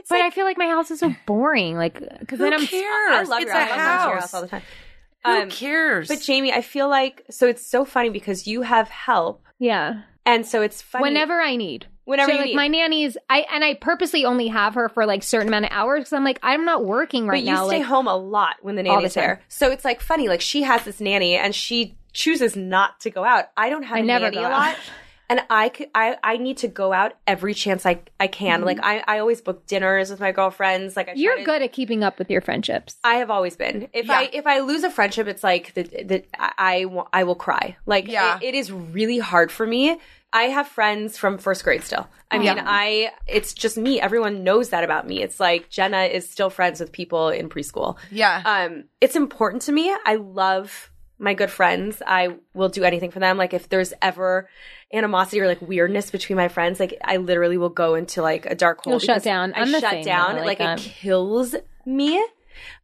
[SPEAKER 4] But I feel like my house is so boring. Like, because then I'm
[SPEAKER 8] Who cares?
[SPEAKER 5] I love
[SPEAKER 8] it's
[SPEAKER 5] your
[SPEAKER 8] a
[SPEAKER 5] house. I love your
[SPEAKER 8] house.
[SPEAKER 5] house all the time.
[SPEAKER 8] Who
[SPEAKER 5] Um,
[SPEAKER 8] cares?
[SPEAKER 5] But Jamie, I feel like so it's so funny because you have help,
[SPEAKER 4] yeah.
[SPEAKER 5] and so it's funny
[SPEAKER 4] Whenever I need.
[SPEAKER 5] Whenever
[SPEAKER 4] so,
[SPEAKER 5] you
[SPEAKER 4] like
[SPEAKER 5] need.
[SPEAKER 4] my nanny's, I and I purposely only have her for like certain amount of hours because I'm like I'm not working
[SPEAKER 5] But
[SPEAKER 4] right
[SPEAKER 5] you
[SPEAKER 4] now.
[SPEAKER 5] stay
[SPEAKER 4] like,
[SPEAKER 5] home a lot when the
[SPEAKER 4] All the
[SPEAKER 5] nanny's
[SPEAKER 4] time.
[SPEAKER 5] there, so it's like funny. Like she has this nanny, and she chooses not to go out. I don't have
[SPEAKER 4] I
[SPEAKER 5] a
[SPEAKER 4] never
[SPEAKER 5] nanny
[SPEAKER 4] go
[SPEAKER 5] a
[SPEAKER 4] out.
[SPEAKER 5] lot. And I, c- I I need to go out every chance I, I can. Like I, I always book dinners with my girlfriends. Like I try
[SPEAKER 4] Mm-hmm. You're
[SPEAKER 5] to-
[SPEAKER 4] good at keeping up with your friendships.
[SPEAKER 5] I have always been. If I if I lose a friendship, it's like that. that I I wa- I will cry. Like
[SPEAKER 8] Yeah.
[SPEAKER 5] it- it is really hard for me. I have friends from first grade still. I mean, I it's just me. Everyone knows that about me. It's like Jenna is still friends with people in preschool.
[SPEAKER 8] Yeah.
[SPEAKER 5] Um, it's important to me. I love my good friends. I will do anything for them. Like if there's ever animosity or like weirdness between my friends, like I literally will go into like a dark hole.
[SPEAKER 4] You'll shut
[SPEAKER 5] because
[SPEAKER 4] down.
[SPEAKER 5] I
[SPEAKER 4] I'm the
[SPEAKER 5] shut
[SPEAKER 4] same,
[SPEAKER 5] down.
[SPEAKER 4] though,
[SPEAKER 5] like
[SPEAKER 4] like,
[SPEAKER 5] it
[SPEAKER 4] um,
[SPEAKER 5] kills me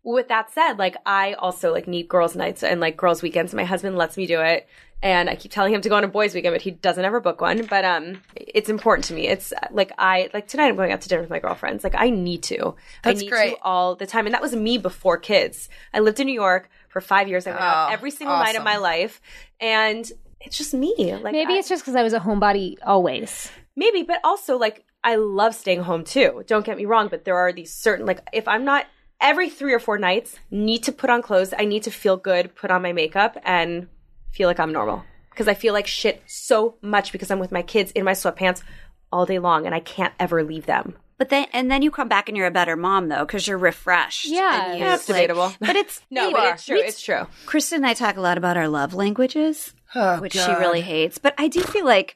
[SPEAKER 5] with that said, like I also like need girls' nights and like girls' weekends. My husband lets me do it, and I keep telling him to go on a boys' weekend, but he doesn't ever book one. But um, it's important to me. It's uh, like I like tonight. I'm going out to dinner with my girlfriends. Like I need to.
[SPEAKER 8] That's
[SPEAKER 5] I need
[SPEAKER 8] great.
[SPEAKER 5] to all the time, and that was me before kids. I lived in New York for five years. I went out
[SPEAKER 8] Oh,
[SPEAKER 5] every single night of
[SPEAKER 8] awesome.
[SPEAKER 5] my life, and it's just me. Like
[SPEAKER 4] Maybe
[SPEAKER 5] I-
[SPEAKER 4] it's just because I was a homebody always.
[SPEAKER 5] Maybe, but also like I love staying home too. Don't get me wrong, but there are these certain like if I'm not every 3 or 4 nights need to put on clothes, I need to feel good, put on my makeup and feel like I'm normal because I feel like shit so much because I'm with my kids in my sweatpants all day long and I can't ever leave them.
[SPEAKER 7] But then, and then you come back and you're a better mom though, because you're refreshed.
[SPEAKER 4] Yeah.
[SPEAKER 7] and you,
[SPEAKER 4] Yeah,
[SPEAKER 5] it's debatable.
[SPEAKER 7] But it's
[SPEAKER 5] No,
[SPEAKER 7] you
[SPEAKER 5] but
[SPEAKER 7] are.
[SPEAKER 5] it's true.
[SPEAKER 7] We-
[SPEAKER 5] It's true.
[SPEAKER 7] Kristen and I talk a lot about our love languages,
[SPEAKER 8] Oh,
[SPEAKER 7] which she
[SPEAKER 8] God.
[SPEAKER 7] really hates. But I do feel like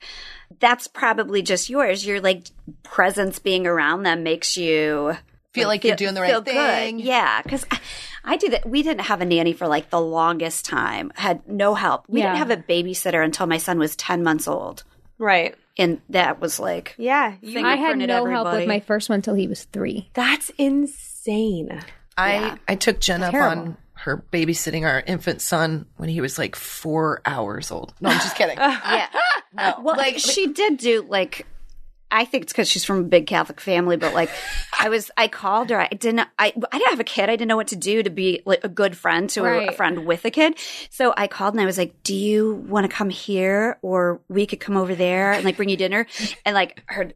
[SPEAKER 7] that's probably just yours. Your like presence being around them makes you
[SPEAKER 8] feel like you're doing the right thing.
[SPEAKER 7] Good. Yeah, because I, I did it. We didn't have a nanny for like the longest time. Had no help. We
[SPEAKER 4] Yeah.
[SPEAKER 7] didn't have a babysitter until my son was ten months old,
[SPEAKER 5] Right.
[SPEAKER 7] and that was like
[SPEAKER 5] Yeah. You,
[SPEAKER 4] I had
[SPEAKER 7] fingerprinted
[SPEAKER 4] no help with
[SPEAKER 7] everybody.
[SPEAKER 4] my first one till he was three.
[SPEAKER 5] that's insane.
[SPEAKER 8] I I took Jen up on her babysitting our infant son when he was like four hours old. No, I'm just kidding.
[SPEAKER 7] Uh, Yeah. well, like she did do like I think it's because she's from a big Catholic family, but like I was, I called her. I didn't, I, I didn't have a kid. I didn't know what to do to be like a good friend to a- a,
[SPEAKER 4] Right.
[SPEAKER 7] friend with a kid. So I called and I was like, do you want to come here or we could come over there and like bring you dinner? And like her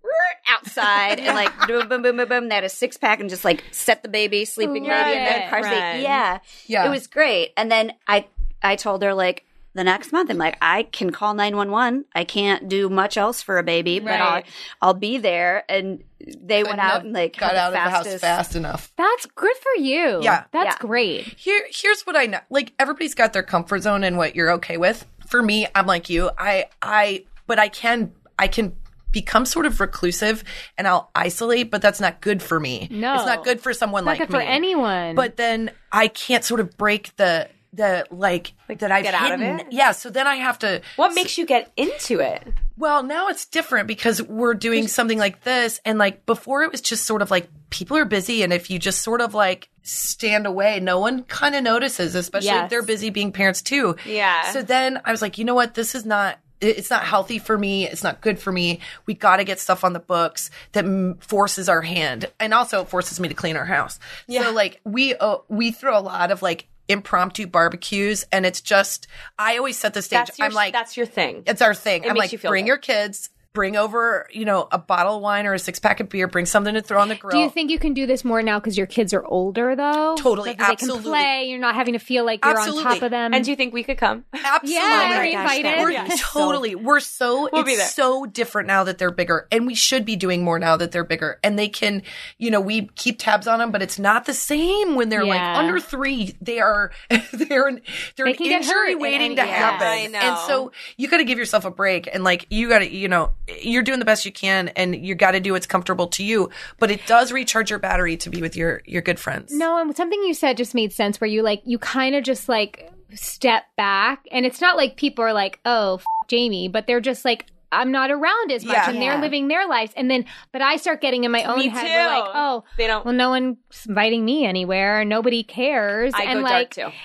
[SPEAKER 7] outside and like boom, boom, boom, boom, boom. They had a six pack and just like set the baby, sleeping baby in the
[SPEAKER 4] Right.
[SPEAKER 7] car seat.
[SPEAKER 5] Right.
[SPEAKER 7] Yeah.
[SPEAKER 8] Yeah.
[SPEAKER 7] It was great. And then I, I told her like, the next month, I'm like, I can call 911. I can't do much else for a baby, but I'll,
[SPEAKER 4] Right.
[SPEAKER 7] I'll be there. And they went out and like
[SPEAKER 8] got
[SPEAKER 7] had
[SPEAKER 8] out
[SPEAKER 7] the
[SPEAKER 8] of the house
[SPEAKER 7] fastest-
[SPEAKER 8] fast enough.
[SPEAKER 4] That's good for you.
[SPEAKER 8] Yeah.
[SPEAKER 4] That's
[SPEAKER 7] Yeah.
[SPEAKER 4] great.
[SPEAKER 8] Here, here's what I know. Like everybody's got their comfort zone and what you're okay with. For me, I'm like you. I, I, but I can, I can become sort of reclusive and I'll isolate, but that's not good for me.
[SPEAKER 4] No.
[SPEAKER 8] it's not good for someone
[SPEAKER 4] Not
[SPEAKER 8] like
[SPEAKER 4] good for
[SPEAKER 8] me.
[SPEAKER 4] anyone.
[SPEAKER 8] But then I can't sort of break the the like, that I've
[SPEAKER 5] get out of
[SPEAKER 8] hidden.
[SPEAKER 5] it?
[SPEAKER 8] Yeah, so then I have to.
[SPEAKER 5] What makes you get into it?
[SPEAKER 8] Well, now it's different because we're doing something like this. And like before, it was just sort of like people are busy. And if you just sort of like stand away, no one kind of notices, especially if
[SPEAKER 4] Yes.
[SPEAKER 8] they're busy being parents too.
[SPEAKER 5] Yeah.
[SPEAKER 8] So then I was like, you know what? This is not. it- It's not healthy for me. It's not good for me. We got to get stuff on the books that m- forces our hand, and also it forces me to clean our house. So like we uh, we throw a lot of like impromptu barbecues, and it's just I always set the stage.
[SPEAKER 5] That's your,
[SPEAKER 8] I'm like
[SPEAKER 5] that's your thing.
[SPEAKER 8] it's our thing. I'm
[SPEAKER 5] makes
[SPEAKER 8] like,
[SPEAKER 5] you feel
[SPEAKER 8] bring
[SPEAKER 5] good.
[SPEAKER 8] your kids, bring over, you know, a bottle of wine or a six pack of beer, bring something to throw on the grill.
[SPEAKER 4] do you think you can do this more now because your kids are older, though?
[SPEAKER 8] Totally,
[SPEAKER 4] Like, 'cause
[SPEAKER 8] absolutely.
[SPEAKER 4] They can play. You're not having to feel like you're on top
[SPEAKER 8] Absolutely.
[SPEAKER 4] of them.
[SPEAKER 5] and do you think we could come?
[SPEAKER 8] Absolutely.
[SPEAKER 4] Yeah,
[SPEAKER 7] Oh my
[SPEAKER 4] are you
[SPEAKER 7] gosh, that
[SPEAKER 4] invited?
[SPEAKER 7] would
[SPEAKER 8] We're
[SPEAKER 7] be Yeah.
[SPEAKER 8] totally. We're so.
[SPEAKER 5] We'll be there.
[SPEAKER 8] it's so different now that they're bigger, and we should be doing more now that they're bigger, and they can. You know, we keep tabs on them, but it's not the same when they're
[SPEAKER 4] Yeah.
[SPEAKER 8] like under three. They are. They're an, they're
[SPEAKER 4] They
[SPEAKER 8] an
[SPEAKER 4] can get hurt
[SPEAKER 8] injury
[SPEAKER 4] at
[SPEAKER 8] waiting
[SPEAKER 4] any-
[SPEAKER 8] to
[SPEAKER 4] yeah.
[SPEAKER 8] happen.
[SPEAKER 5] I know.
[SPEAKER 8] And so you got to give yourself a break, and like you got to, you know, you're doing the best you can, and you got to do what's comfortable to you. But it does recharge your battery to be with your your good friends.
[SPEAKER 4] No, and something you said just made sense where you like you kind of just like step back and it's not like people are like, "Oh, f- Jamie," but they're just like I'm not around as much,
[SPEAKER 8] Yeah.
[SPEAKER 4] and they're
[SPEAKER 7] Yeah.
[SPEAKER 4] living their lives. And then, but I start getting in my own
[SPEAKER 5] Me
[SPEAKER 4] head,
[SPEAKER 5] too.
[SPEAKER 4] we're like, oh,
[SPEAKER 5] They don't-
[SPEAKER 4] Well, no one's inviting me anywhere. Nobody cares.
[SPEAKER 5] I
[SPEAKER 4] and
[SPEAKER 5] go
[SPEAKER 4] like,
[SPEAKER 5] dark too.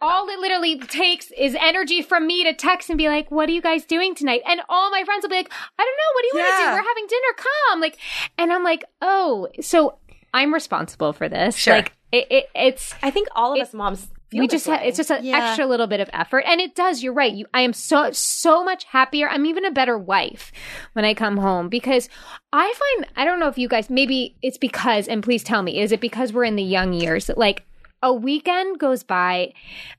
[SPEAKER 4] all it literally takes is energy from me to text and be like, "What are you guys doing tonight?" And all my friends will be like, "I don't know. What do you want to
[SPEAKER 8] Yeah.
[SPEAKER 4] do? We're having dinner. Come!" Like, and I'm like, "Oh, so I'm responsible for this.
[SPEAKER 8] Sure.
[SPEAKER 4] Like, it, it, it's
[SPEAKER 5] I think all of
[SPEAKER 4] It-
[SPEAKER 5] us moms. Feel
[SPEAKER 4] we
[SPEAKER 5] this
[SPEAKER 4] just ha-
[SPEAKER 5] way.
[SPEAKER 4] it's just an extra little bit of effort, and it does. You're right. You, I am so so much happier. I'm even a better wife when I come home because I find I don't know if you guys maybe it's because and please tell me is it because we're in the young years that like. A weekend goes by,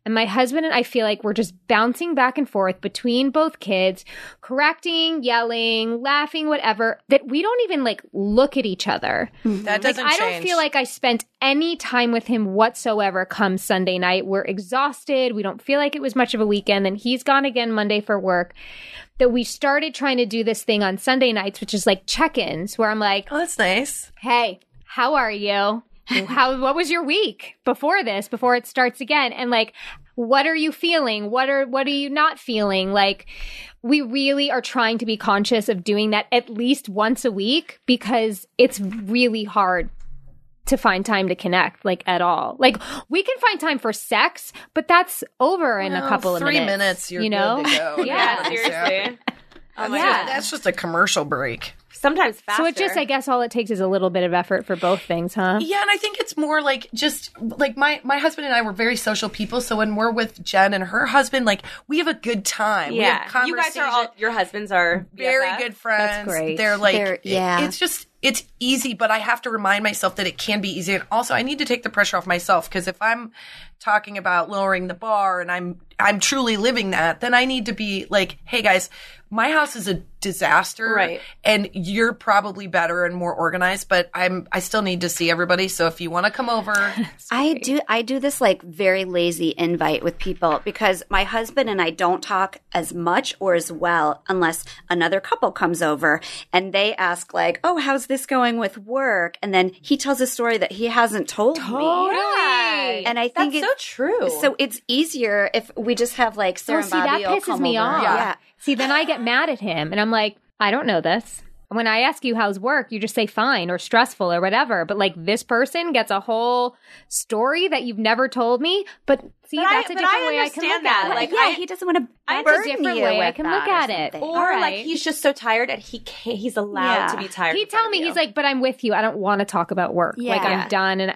[SPEAKER 4] and my husband and I feel like we're just bouncing back and forth between both kids, correcting, yelling, laughing, whatever, that we don't even like look at each other.
[SPEAKER 8] that doesn't.
[SPEAKER 4] I
[SPEAKER 8] change.
[SPEAKER 4] don't feel like I spent any time with him whatsoever come Sunday night. We're exhausted. We don't feel like it was much of a weekend. Then he's gone again Monday for work. That we started trying to do this thing on Sunday nights, which is like check ins, where I'm like,
[SPEAKER 8] Oh, that's nice.
[SPEAKER 4] hey, how are you? How what was your week before this, before it starts again? And like, what are you feeling? What are what are you not feeling? Like we really are trying to be conscious of doing that at least once a week because it's really hard to find time to connect like at all. Like we can find time for sex, but that's over in a
[SPEAKER 8] Well,
[SPEAKER 4] couple of
[SPEAKER 8] three
[SPEAKER 4] minutes.
[SPEAKER 8] minutes, you're
[SPEAKER 4] you know?
[SPEAKER 8] good to go.
[SPEAKER 4] yeah.
[SPEAKER 8] Yeah.
[SPEAKER 5] seriously. Oh my
[SPEAKER 4] Yeah.
[SPEAKER 5] god.
[SPEAKER 8] That's just a commercial break.
[SPEAKER 5] Sometimes faster.
[SPEAKER 4] So it just I guess all it takes is a little bit of effort for both things, huh?
[SPEAKER 8] Yeah, and I think it's more like just like my my husband and I were very social people. So when we're with Jen and her husband, like we have a good time. We have
[SPEAKER 5] yeah. You guys are all.
[SPEAKER 8] conversation-
[SPEAKER 5] Your husbands are
[SPEAKER 8] very
[SPEAKER 5] BFF.
[SPEAKER 8] good friends.
[SPEAKER 4] great.
[SPEAKER 8] They're like
[SPEAKER 7] They're- yeah.
[SPEAKER 8] It's just it's easy, but I have to remind myself that it can be easy. And also, I need to take the pressure off myself because if I'm talking about lowering the bar and I'm I'm truly living that, then I need to be like, hey guys, my house is a disaster,
[SPEAKER 5] Right.
[SPEAKER 8] And you're probably better and more organized, but I'm I still need to see everybody. So if you want to come over,
[SPEAKER 7] I do I do this like very lazy invite with people because my husband and I don't talk as much or as well unless another couple comes over and they ask like, "Oh, how's this going with work?" and then he tells a story that he hasn't told me.
[SPEAKER 4] Totally.
[SPEAKER 7] And I
[SPEAKER 5] That's
[SPEAKER 7] think
[SPEAKER 5] so true.
[SPEAKER 7] So it's easier if we just have like Sarah
[SPEAKER 4] Oh,
[SPEAKER 7] and
[SPEAKER 4] see, that
[SPEAKER 7] Bobby all
[SPEAKER 4] pisses
[SPEAKER 7] come
[SPEAKER 4] me
[SPEAKER 7] over.
[SPEAKER 4] off.
[SPEAKER 7] Yeah.
[SPEAKER 4] See, then I get mad at him, and I'm like, I don't know this. When I ask you how's work, you just say fine or stressful or whatever. But like this person gets a whole story that you've never told me. But see,
[SPEAKER 5] But I-
[SPEAKER 4] that's a
[SPEAKER 5] but
[SPEAKER 4] different
[SPEAKER 5] I
[SPEAKER 4] way I can
[SPEAKER 5] understand
[SPEAKER 4] look
[SPEAKER 5] that,
[SPEAKER 4] at it.
[SPEAKER 5] like,
[SPEAKER 7] yeah,
[SPEAKER 5] I-
[SPEAKER 7] he doesn't want to.
[SPEAKER 5] I-
[SPEAKER 4] That's
[SPEAKER 7] burden
[SPEAKER 4] a different
[SPEAKER 7] you
[SPEAKER 4] way I
[SPEAKER 7] with
[SPEAKER 4] can
[SPEAKER 7] that
[SPEAKER 4] look at
[SPEAKER 7] or
[SPEAKER 4] it.
[SPEAKER 7] something.
[SPEAKER 4] All
[SPEAKER 5] Or like
[SPEAKER 4] right.
[SPEAKER 5] he's just so tired and he can't, he's allowed
[SPEAKER 7] Yeah.
[SPEAKER 5] to be tired.
[SPEAKER 4] he
[SPEAKER 5] in
[SPEAKER 4] tell
[SPEAKER 5] front of
[SPEAKER 4] me
[SPEAKER 5] you.
[SPEAKER 4] he's like, but I'm with you. I don't want to talk about work. Like
[SPEAKER 7] Yeah.
[SPEAKER 4] I'm done, and I-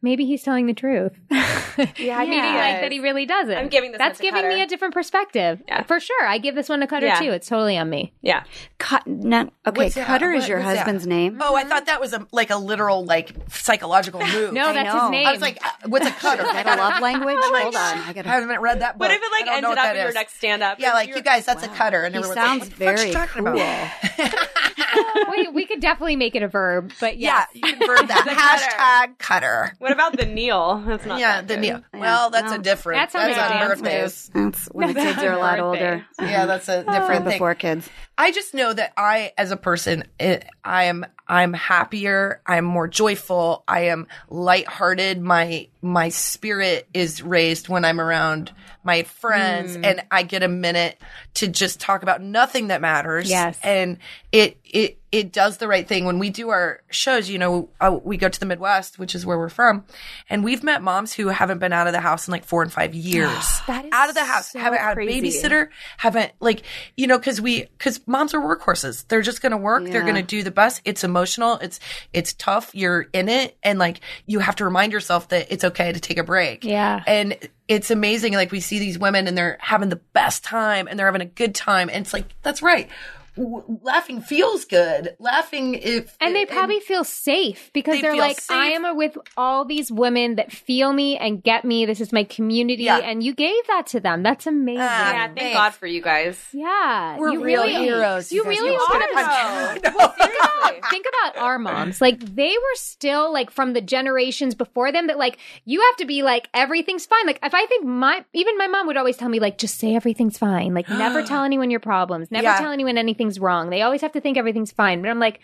[SPEAKER 4] maybe he's telling the truth.
[SPEAKER 5] yeah,
[SPEAKER 4] Meaning like that he really doesn't.
[SPEAKER 5] I'm giving this
[SPEAKER 4] That's
[SPEAKER 5] one to
[SPEAKER 4] giving me
[SPEAKER 5] Cutter.
[SPEAKER 4] a different perspective
[SPEAKER 5] Yeah.
[SPEAKER 4] for sure. I give this one to Cutter
[SPEAKER 5] Yeah.
[SPEAKER 4] too. It's totally on me.
[SPEAKER 5] yeah.
[SPEAKER 7] Cut, no, okay,
[SPEAKER 8] What's that?
[SPEAKER 7] Cutter is
[SPEAKER 8] What-
[SPEAKER 7] your
[SPEAKER 8] what's that?
[SPEAKER 7] husband's name.
[SPEAKER 8] Oh, I thought that was a like a literal like psychological move.
[SPEAKER 4] No,
[SPEAKER 7] I
[SPEAKER 4] that's
[SPEAKER 7] know.
[SPEAKER 4] his name.
[SPEAKER 8] I was like, uh, what's a cutter?
[SPEAKER 7] Is that a love language? Hold on, I
[SPEAKER 8] I
[SPEAKER 7] gotta.
[SPEAKER 8] haven't read that book.
[SPEAKER 5] What if it
[SPEAKER 8] I
[SPEAKER 5] like
[SPEAKER 8] don't know
[SPEAKER 5] ended
[SPEAKER 8] what
[SPEAKER 5] up
[SPEAKER 8] that
[SPEAKER 5] in your
[SPEAKER 8] is.
[SPEAKER 5] next stand up?
[SPEAKER 8] Yeah, like you guys, that's a cutter, and
[SPEAKER 7] He
[SPEAKER 8] everyone's
[SPEAKER 7] sounds
[SPEAKER 8] like, what the fuck's
[SPEAKER 7] very
[SPEAKER 8] she talking
[SPEAKER 7] cool.
[SPEAKER 8] About?
[SPEAKER 4] we, we could definitely make it a verb, but
[SPEAKER 8] Yeah,
[SPEAKER 4] yeah.
[SPEAKER 8] you can verb that hashtag cutter.
[SPEAKER 5] What about the Neil? That's not
[SPEAKER 8] Yeah,
[SPEAKER 5] that
[SPEAKER 8] the
[SPEAKER 5] good.
[SPEAKER 8] Neil. Well, that's a
[SPEAKER 7] no.
[SPEAKER 8] different.
[SPEAKER 4] That's how
[SPEAKER 8] that's
[SPEAKER 4] they
[SPEAKER 8] on
[SPEAKER 4] dance
[SPEAKER 8] birthdays.
[SPEAKER 7] That's when the kids are a lot older.
[SPEAKER 8] Yeah, that's a different thing.
[SPEAKER 7] Before kids,
[SPEAKER 8] I just know that I, as a person, I I am I'm happier. I'm more joyful. I am lighthearted. My my spirit is raised when I'm around my friends, and I get a minute to just talk about nothing that matters.
[SPEAKER 4] Yes.
[SPEAKER 8] and it it it does the right thing when we do our shows. You know, uh, we go to the Midwest, which is where we're from, and we've met moms who haven't been out of the house in like four and five years. that is out of the house, haven't had a
[SPEAKER 5] crazy.
[SPEAKER 8] babysitter babysitter, haven't like you know because we because moms are workhorses they're just gonna work they're gonna do the best it's emotional it's it's tough you're in it and like you have to remind yourself that it's okay to take a break
[SPEAKER 4] Yeah.
[SPEAKER 8] and it's amazing like we see these women and they're having the best time and they're having a good time and it's like that's right W- laughing feels good laughing if
[SPEAKER 4] And they probably feel safe because
[SPEAKER 8] They
[SPEAKER 4] they are
[SPEAKER 8] feel
[SPEAKER 4] like, I
[SPEAKER 8] safe.
[SPEAKER 4] am with all these women that feel me and get me. This is my community.
[SPEAKER 8] Yeah.
[SPEAKER 4] And you gave that to them. That's amazing.
[SPEAKER 5] Yeah,
[SPEAKER 8] Ah.
[SPEAKER 5] thank
[SPEAKER 8] Thanks.
[SPEAKER 5] God for you guys.
[SPEAKER 4] yeah.
[SPEAKER 8] we're
[SPEAKER 4] you
[SPEAKER 8] real
[SPEAKER 4] really,
[SPEAKER 8] heroes
[SPEAKER 4] You
[SPEAKER 8] guys.
[SPEAKER 4] really
[SPEAKER 8] We're
[SPEAKER 4] are.
[SPEAKER 8] gonna punch-
[SPEAKER 5] Seriously.
[SPEAKER 4] Think about our moms. Like they were still like from the generations before them that like you have to be like everything's fine. Like if I think my even my mom would always tell me like just say everything's fine. Like never tell anyone your problems. Never
[SPEAKER 8] Yeah.
[SPEAKER 4] tell anyone anything's wrong. They always have to think everything's fine. But I'm like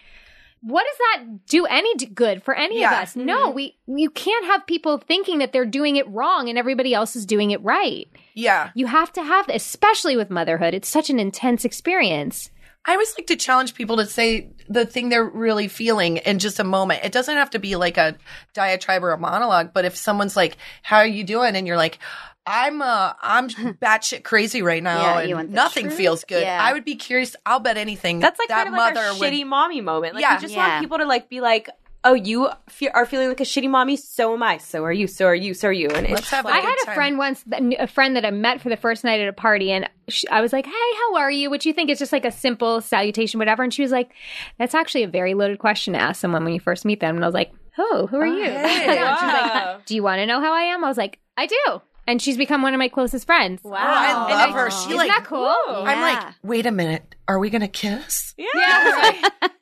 [SPEAKER 4] what does that do any d- good for any
[SPEAKER 8] Yeah.
[SPEAKER 4] of
[SPEAKER 8] Mm-hmm.
[SPEAKER 4] us? No, we you can't have people thinking that they're doing it wrong and everybody else is doing it right.
[SPEAKER 8] yeah
[SPEAKER 4] You have to have, especially with motherhood, it's such an intense experience.
[SPEAKER 8] I always like to challenge people to say the thing they're really feeling in just a moment. It doesn't have to be like a diatribe or a monologue, but if someone's like, "How are you doing?" and you're like, "I'm uh, I'm batshit crazy right now,
[SPEAKER 7] Yeah, you
[SPEAKER 8] and
[SPEAKER 7] want the
[SPEAKER 8] nothing
[SPEAKER 7] truth.
[SPEAKER 8] feels good,"
[SPEAKER 7] Yeah.
[SPEAKER 8] I would be curious. I'll bet anything
[SPEAKER 5] That's like
[SPEAKER 8] that
[SPEAKER 5] kind of like
[SPEAKER 8] mother
[SPEAKER 5] our
[SPEAKER 8] would.
[SPEAKER 5] shitty mommy moment. Like
[SPEAKER 8] Yeah.
[SPEAKER 5] we just
[SPEAKER 7] Yeah.
[SPEAKER 5] want people to like be like, oh, you fe- are feeling like a shitty mommy. So am I. So are you. So are you. So are you. And
[SPEAKER 8] Let's
[SPEAKER 5] it's
[SPEAKER 8] have
[SPEAKER 5] like,
[SPEAKER 4] I had
[SPEAKER 8] good
[SPEAKER 4] a
[SPEAKER 8] time.
[SPEAKER 4] friend once, that knew- a friend that I met for the first night at a party, and she, I was like, "Hey, how are you?" Which you think is just like a simple salutation, whatever. And she was like, "That's actually a very loaded question to ask someone when you first meet them." And I was like, "Who? Who are you?" And she was
[SPEAKER 5] Oh, wow.
[SPEAKER 4] like, "Do you want to know how I am?" I was like, "I do." And she's become one of my closest friends.
[SPEAKER 5] wow.
[SPEAKER 8] Oh, I
[SPEAKER 5] And
[SPEAKER 8] love her. She
[SPEAKER 4] Isn't
[SPEAKER 8] like,
[SPEAKER 4] that cool?
[SPEAKER 8] I'm
[SPEAKER 7] Yeah.
[SPEAKER 8] like, wait a minute, are we gonna kiss?
[SPEAKER 5] yeah.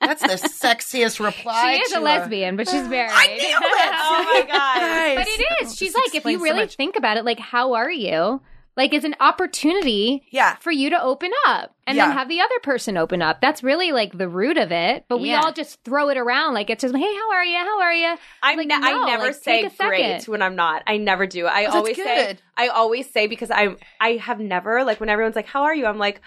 [SPEAKER 8] That's the sexiest reply.
[SPEAKER 4] She is a
[SPEAKER 8] to
[SPEAKER 4] lesbian, but she's married.
[SPEAKER 8] I knew it.
[SPEAKER 5] Oh my god.
[SPEAKER 8] Guys.
[SPEAKER 4] But it is. She's
[SPEAKER 8] This
[SPEAKER 4] like, if you
[SPEAKER 8] explains so
[SPEAKER 4] really
[SPEAKER 8] much.
[SPEAKER 4] think about it, like, how are you? Like, it's an opportunity
[SPEAKER 8] Yeah.
[SPEAKER 4] for you to open up and
[SPEAKER 8] Yeah.
[SPEAKER 4] then have the other person open up. That's really like the root of it. But we
[SPEAKER 7] Yeah.
[SPEAKER 4] all just throw it around. Like, it's just, hey, how are you? How are you?
[SPEAKER 5] I'm
[SPEAKER 4] Like,
[SPEAKER 5] ne-
[SPEAKER 4] no,
[SPEAKER 5] I never
[SPEAKER 4] like,
[SPEAKER 5] say
[SPEAKER 4] take a second.
[SPEAKER 5] great when I'm not. I never do. I
[SPEAKER 8] that's
[SPEAKER 5] always say
[SPEAKER 8] good.
[SPEAKER 5] I always say because I I have never like when everyone's like, "How are you?" I'm like,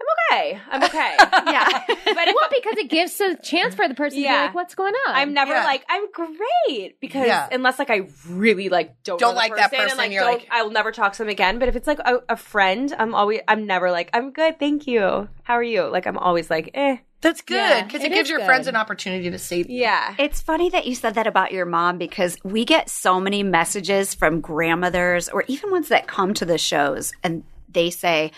[SPEAKER 5] "I'm okay. I'm okay." yeah. But if
[SPEAKER 4] Well, because it gives a chance for the person to
[SPEAKER 5] Yeah.
[SPEAKER 4] be like, what's going on?
[SPEAKER 5] I'm never
[SPEAKER 8] Yeah.
[SPEAKER 5] like I'm great because
[SPEAKER 8] Yeah.
[SPEAKER 5] unless like I really like don't
[SPEAKER 8] Don't
[SPEAKER 5] know the
[SPEAKER 8] like that person,
[SPEAKER 5] and, like,
[SPEAKER 8] you're
[SPEAKER 5] don't-
[SPEAKER 8] like-
[SPEAKER 5] I'll never talk to them again. But if it's like a, a friend, I'm always I'm never like I'm good, thank you. How are you? Like I'm always like eh.
[SPEAKER 8] That's good
[SPEAKER 4] Yeah,
[SPEAKER 8] because
[SPEAKER 4] it
[SPEAKER 8] it gives
[SPEAKER 4] is
[SPEAKER 8] your
[SPEAKER 4] good.
[SPEAKER 8] friends an opportunity to say
[SPEAKER 5] Yeah.
[SPEAKER 7] It's funny that you said that about your mom because we get so many messages from grandmothers or even ones that come to the shows and they say,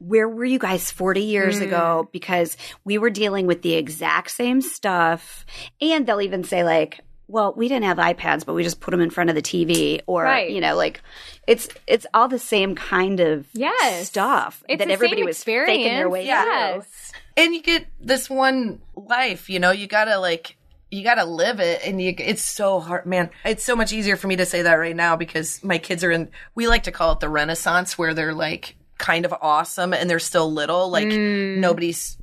[SPEAKER 7] Where were you guys 40 years
[SPEAKER 4] Mm.
[SPEAKER 7] ago? Because we were dealing with the exact same stuff. And they'll even say, like, well, we didn't have iPads, but we just put them in front of the TV, or
[SPEAKER 4] Right.
[SPEAKER 7] you know, like it's it's all the same kind of
[SPEAKER 4] Yes.
[SPEAKER 7] stuff
[SPEAKER 4] It's
[SPEAKER 7] that
[SPEAKER 4] the
[SPEAKER 7] everybody
[SPEAKER 4] same
[SPEAKER 7] was faking their
[SPEAKER 4] experience.
[SPEAKER 7] way through.
[SPEAKER 4] Yes.
[SPEAKER 8] and you get this one life you know you gotta like you gotta live it and you it's so hard man it's so much easier for me to say that right now because my kids are in we like to call it the
[SPEAKER 4] Mm.
[SPEAKER 8] renaissance where they're like kind of awesome and they're still little like nobody's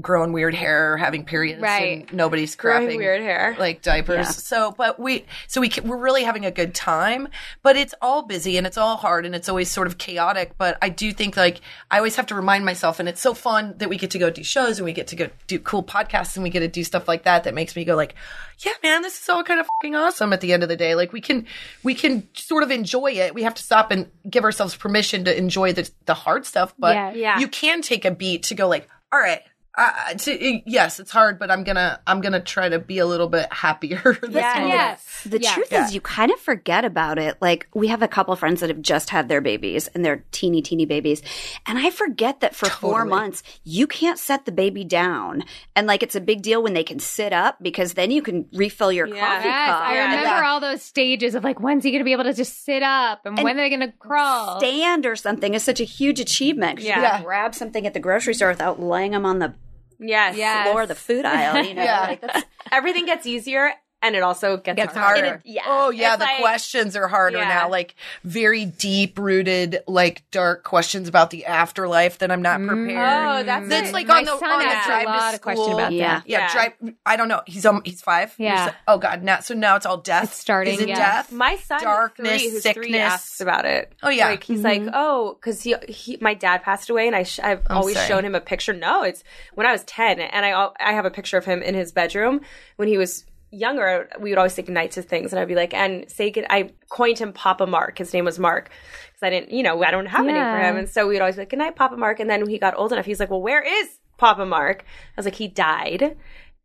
[SPEAKER 8] growing weird hair or having periods
[SPEAKER 4] Right.
[SPEAKER 8] and nobody's
[SPEAKER 5] Growing
[SPEAKER 8] crapping
[SPEAKER 5] weird hair.
[SPEAKER 8] like diapers. So, but we so we ca- we're really having a good time, but it's all busy and it's all hard and it's always sort of chaotic, but I do think like I always have to remind myself and it's so fun that we get to go do shows and we get to go do cool podcasts and we get to do stuff like that that makes me go like, yeah, man, this is all kind of fucking awesome at the end of the day. Like we can we can sort of enjoy it. We have to stop and give ourselves permission to enjoy the the hard stuff, but
[SPEAKER 4] Yeah.
[SPEAKER 5] Yeah.
[SPEAKER 8] you can take a beat to go like, all right, uh, to, yes, it's hard, but I'm gonna I'm gonna try to be a little bit happier. this moment.
[SPEAKER 4] Yes.
[SPEAKER 7] The
[SPEAKER 4] Yes.
[SPEAKER 7] truth is, you kind of forget about it. Like, we have a couple friends that have just had their babies and they're teeny, teeny babies. And I forget that for four months, you can't set the baby down. And like, it's a big deal when they can sit up because then you can refill your coffee
[SPEAKER 4] Yes,
[SPEAKER 7] cup.
[SPEAKER 4] I remember all those stages of like, when's he going to be able to just sit up and, when are they going to crawl?
[SPEAKER 7] Stand or something is such a huge achievement. 'cause You
[SPEAKER 5] Yeah.
[SPEAKER 7] can grab something at the grocery store without laying them on the
[SPEAKER 5] Yes.
[SPEAKER 4] Yeah.
[SPEAKER 7] floor of the food aisle. You know, like that's
[SPEAKER 5] Everything gets easier and it also gets,
[SPEAKER 8] It's
[SPEAKER 5] harder.
[SPEAKER 8] harder.
[SPEAKER 7] yeah.
[SPEAKER 8] Oh yeah,
[SPEAKER 5] It's
[SPEAKER 8] the
[SPEAKER 5] like-
[SPEAKER 8] questions are harder
[SPEAKER 5] Yeah.
[SPEAKER 8] now. Like very deep rooted, like dark questions about the afterlife that I'm not prepared.
[SPEAKER 5] Oh, that's
[SPEAKER 8] That's
[SPEAKER 5] it.
[SPEAKER 8] like
[SPEAKER 4] My
[SPEAKER 8] on the
[SPEAKER 4] son
[SPEAKER 8] on the
[SPEAKER 4] asked a
[SPEAKER 8] drive
[SPEAKER 4] lot
[SPEAKER 8] to
[SPEAKER 4] of question
[SPEAKER 8] school.
[SPEAKER 4] about
[SPEAKER 7] Yeah. that.
[SPEAKER 8] yeah,
[SPEAKER 5] Yeah.
[SPEAKER 8] Drive. I don't know. He's um. He's five. He's-
[SPEAKER 4] Yeah.
[SPEAKER 8] oh God. Now so now it's all death.
[SPEAKER 4] It's starting,
[SPEAKER 8] Is it
[SPEAKER 4] yeah.
[SPEAKER 8] death?
[SPEAKER 5] My son,
[SPEAKER 8] darkness,
[SPEAKER 5] three, who's
[SPEAKER 8] sickness.
[SPEAKER 5] three, asks about it.
[SPEAKER 8] Oh, yeah.
[SPEAKER 5] like he's
[SPEAKER 4] Mm-hmm.
[SPEAKER 5] like, oh, because he, he, my dad passed away, and I, sh- I've
[SPEAKER 4] Oh,
[SPEAKER 5] always
[SPEAKER 8] sorry.
[SPEAKER 5] shown him a picture. No, it's when I was ten, and I, al- I have a picture of him in his bedroom when he was younger. We would always say goodnight to things, and I'd be like, and say good. I coined him Papa Mark. His name was Mark because I didn't, you know, I don't have a name for
[SPEAKER 4] Yeah.
[SPEAKER 5] him, and so we would always be like, goodnight, Papa Mark. And then when he got old enough, he's like, well, where is Papa Mark? I was like, he died,